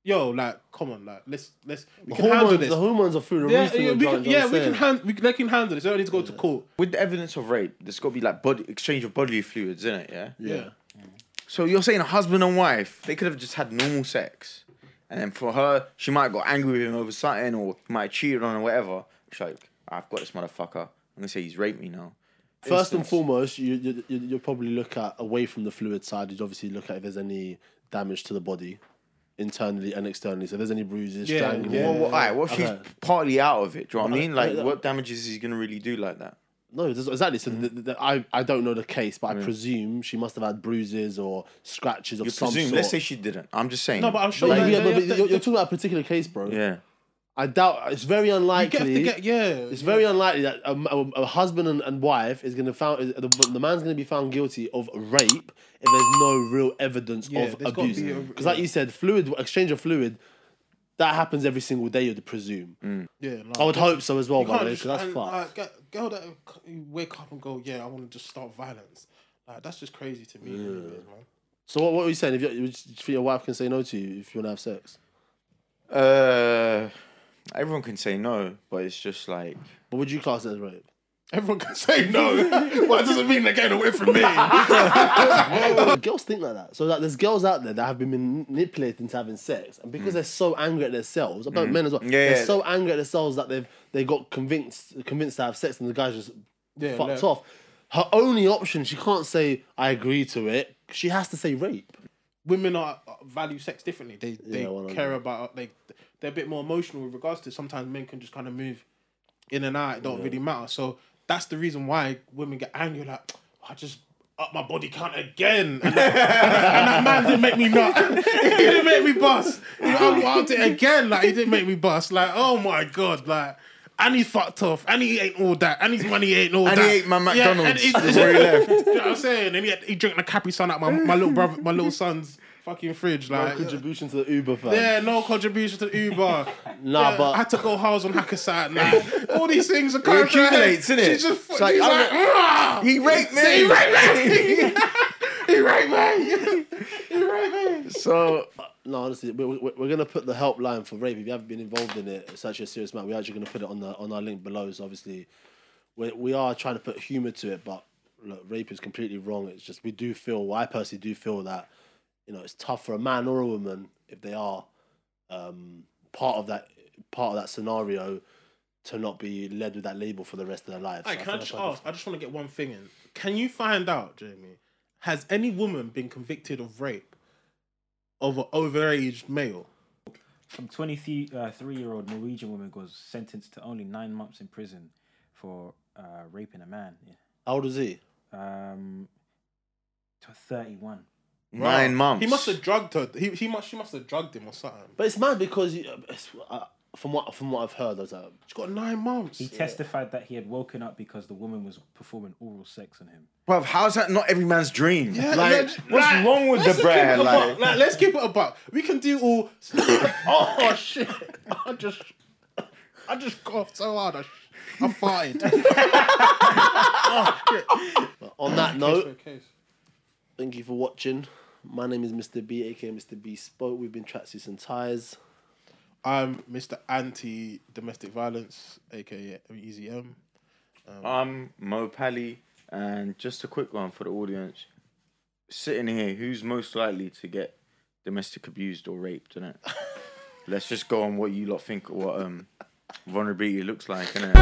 [SPEAKER 2] yo, like, come on, like, let's let's we
[SPEAKER 3] The
[SPEAKER 2] can handle
[SPEAKER 3] hormones,
[SPEAKER 2] this.
[SPEAKER 3] the hormones are through the
[SPEAKER 2] Yeah,
[SPEAKER 3] roof. when
[SPEAKER 2] yeah,
[SPEAKER 3] you're
[SPEAKER 2] we can,
[SPEAKER 3] drunk, you know
[SPEAKER 2] yeah,
[SPEAKER 3] what
[SPEAKER 2] we
[SPEAKER 3] I'm
[SPEAKER 2] can
[SPEAKER 3] saying?
[SPEAKER 2] hand, we, they can handle this. They don't need to go to court.
[SPEAKER 1] With the evidence of rape, there's got to be like body exchange of bodily fluids in it. Yeah.
[SPEAKER 2] Yeah.
[SPEAKER 1] So you're saying a husband and wife, they could have just had normal sex. And then for her, she might have got angry with him over something or might have cheated on her or whatever. She's like, I've got this motherfucker. I'm gonna say he's raped me now.
[SPEAKER 3] First and
[SPEAKER 1] Instance.
[SPEAKER 3] foremost, you, you you- you'll probably look at away from the fluid side. You'd obviously look at if there's any damage to the body, internally and externally. So if there's any bruises,
[SPEAKER 2] Yeah,
[SPEAKER 3] strangling-
[SPEAKER 2] yeah.
[SPEAKER 1] Well, well, alright, what if she's
[SPEAKER 3] Okay.
[SPEAKER 1] partly out of it? Do you know what I mean? Like,
[SPEAKER 3] uh,
[SPEAKER 1] what damages is he gonna really do like that?
[SPEAKER 3] No, that's- exactly. So th th- th- I I don't know the case, but I presume she must have had bruises or scratches of
[SPEAKER 1] You
[SPEAKER 3] some
[SPEAKER 1] presume.
[SPEAKER 3] sort.
[SPEAKER 1] Let's say she didn't. I'm just saying.
[SPEAKER 2] No, but I'm sure.
[SPEAKER 3] But
[SPEAKER 2] they-
[SPEAKER 3] yeah,
[SPEAKER 2] they
[SPEAKER 3] but-
[SPEAKER 2] have
[SPEAKER 3] but
[SPEAKER 2] to-
[SPEAKER 3] you're, you're talking about a particular case, bro.
[SPEAKER 1] yeah,
[SPEAKER 3] I doubt it's very
[SPEAKER 2] You get,
[SPEAKER 3] unlikely.
[SPEAKER 2] have to get, yeah.
[SPEAKER 3] It's very unlikely that a, a, a husband and, and wife is going to found is- the, the man's going to be found guilty of rape if there's no real evidence
[SPEAKER 2] Yeah,
[SPEAKER 3] of
[SPEAKER 2] there's gotta
[SPEAKER 3] abuse.
[SPEAKER 2] be a-
[SPEAKER 3] Because, like you said, fluid exchange of fluid that happens every single day. You'd presume.
[SPEAKER 2] Yeah, like,
[SPEAKER 3] I would hope so as well,
[SPEAKER 2] you
[SPEAKER 3] by the
[SPEAKER 2] can't
[SPEAKER 3] way,
[SPEAKER 2] just-
[SPEAKER 3] 'cause that's
[SPEAKER 2] and,
[SPEAKER 3] fucked.
[SPEAKER 2] like, get- girl that c- wake up and go, yeah, I want to just start violence. Like that's just crazy to me. anyways, man.
[SPEAKER 3] so, what, what were you saying? If, you, you think your wife can say no to you if you want to have sex,
[SPEAKER 1] Uh, everyone can say no, but it's just like
[SPEAKER 3] but would you class it as rape?
[SPEAKER 2] Everyone can say no. well, it doesn't mean they're getting away from me.
[SPEAKER 3] girls think like that. So like, there's girls out there that have been man- manipulated into having sex, and because they're so angry at themselves, about men as well.
[SPEAKER 1] Mm. Yeah,
[SPEAKER 3] they're
[SPEAKER 1] yeah.
[SPEAKER 3] so angry at themselves that they've they got convinced convinced to have sex, and the guys just
[SPEAKER 2] Yeah,
[SPEAKER 3] fucked
[SPEAKER 2] no.
[SPEAKER 3] off. Her only option, she can't say I agree to it. She has to say rape.
[SPEAKER 2] Women are uh, value sex differently. They they
[SPEAKER 3] Yeah, 100.
[SPEAKER 2] care about they they're a bit more emotional with regards to. Sometimes men can just kind of move in and out. It don't really matter. So that's the reason why women get angry. Like I just. Up my body count again, and that, and that man didn't make me nut. he didn't make me bust. You know, I'm upped it again. Like he didn't make me bust. Like oh my god. Like and he's fucked off. And he ain't all that. And his money ain't all
[SPEAKER 1] And he
[SPEAKER 2] that.
[SPEAKER 1] ate my
[SPEAKER 2] Yeah, and
[SPEAKER 1] McDonald's
[SPEAKER 2] it's-
[SPEAKER 1] before he left.
[SPEAKER 2] you know what I'm saying? And he, had, he drank the Capri Sun out my, my little brother, my little son's fucking fridge.
[SPEAKER 3] No
[SPEAKER 2] Like,
[SPEAKER 3] contribution to the Uber fam.
[SPEAKER 2] yeah, no contribution to Uber.
[SPEAKER 3] Nah,
[SPEAKER 2] Yeah,
[SPEAKER 3] but
[SPEAKER 2] I had to go house on Hackerside. Like, all these things are coming through her
[SPEAKER 1] accumulates,
[SPEAKER 2] head.
[SPEAKER 1] innit?
[SPEAKER 2] She's just
[SPEAKER 1] It's like,
[SPEAKER 2] like, she's
[SPEAKER 1] I'm
[SPEAKER 2] like
[SPEAKER 1] a-
[SPEAKER 2] "Ah,
[SPEAKER 1] He raped me.
[SPEAKER 2] he raped me. he raped me. he raped me.
[SPEAKER 1] so
[SPEAKER 3] No, honestly, we, we, we're gonna put the helpline for rape. If you haven't been involved in it, it's actually a serious matter. We're actually gonna put it on the on our link below. So obviously, we we are trying to put humour to it, but look, rape is completely wrong. It's just we do feel. Well, I personally do feel that you know it's tough for a man or a woman if they are um, part of that part of that scenario to not be led with that label for the rest of their lives.
[SPEAKER 2] Hey,
[SPEAKER 3] So I
[SPEAKER 2] can I
[SPEAKER 3] think
[SPEAKER 2] just
[SPEAKER 3] that's why-
[SPEAKER 2] ask? I just want to get one thing in. Can you find out, Jamie? Has any woman been convicted of rape of an overage male?
[SPEAKER 4] Some 23 uh, three year old Norwegian woman was sentenced to only nine months in prison for uh, raping a man.
[SPEAKER 3] How old is he?
[SPEAKER 4] Um, to 31.
[SPEAKER 1] nine months.
[SPEAKER 2] He must have drugged her. He, he must she must have drugged him or something.
[SPEAKER 3] But it's mad because you, it's, uh, from what from what I've heard, I was like,
[SPEAKER 2] She's got nine months.
[SPEAKER 4] He testified that he had woken up because the woman was performing oral sex on him.
[SPEAKER 1] Bruv, how's that not every man's dream?
[SPEAKER 2] Yeah,
[SPEAKER 1] like,
[SPEAKER 2] yeah,
[SPEAKER 1] what's
[SPEAKER 2] like,
[SPEAKER 1] wrong with
[SPEAKER 2] let's
[SPEAKER 1] the
[SPEAKER 2] just keep it
[SPEAKER 1] brand?
[SPEAKER 2] a buck.
[SPEAKER 1] Like,
[SPEAKER 2] Like, let's keep it a buck. We can do all. oh shit! I just, I just coughed so hard. I, sh- I farted.
[SPEAKER 3] on that note.
[SPEAKER 2] Case.
[SPEAKER 3] Thank you for watching. My name is Mr. B, aka Mr. B Spoke. We've been Tracksuits and Ties.
[SPEAKER 2] I'm Mr. Anti Domestic Violence, aka Easy M.
[SPEAKER 1] I'm Mo Pally, and just a quick one for the audience. Sitting here, who's most likely to get domestic abused or raped? Innit? Let's just go on what you lot think or what um, vulnerability looks like. Innit?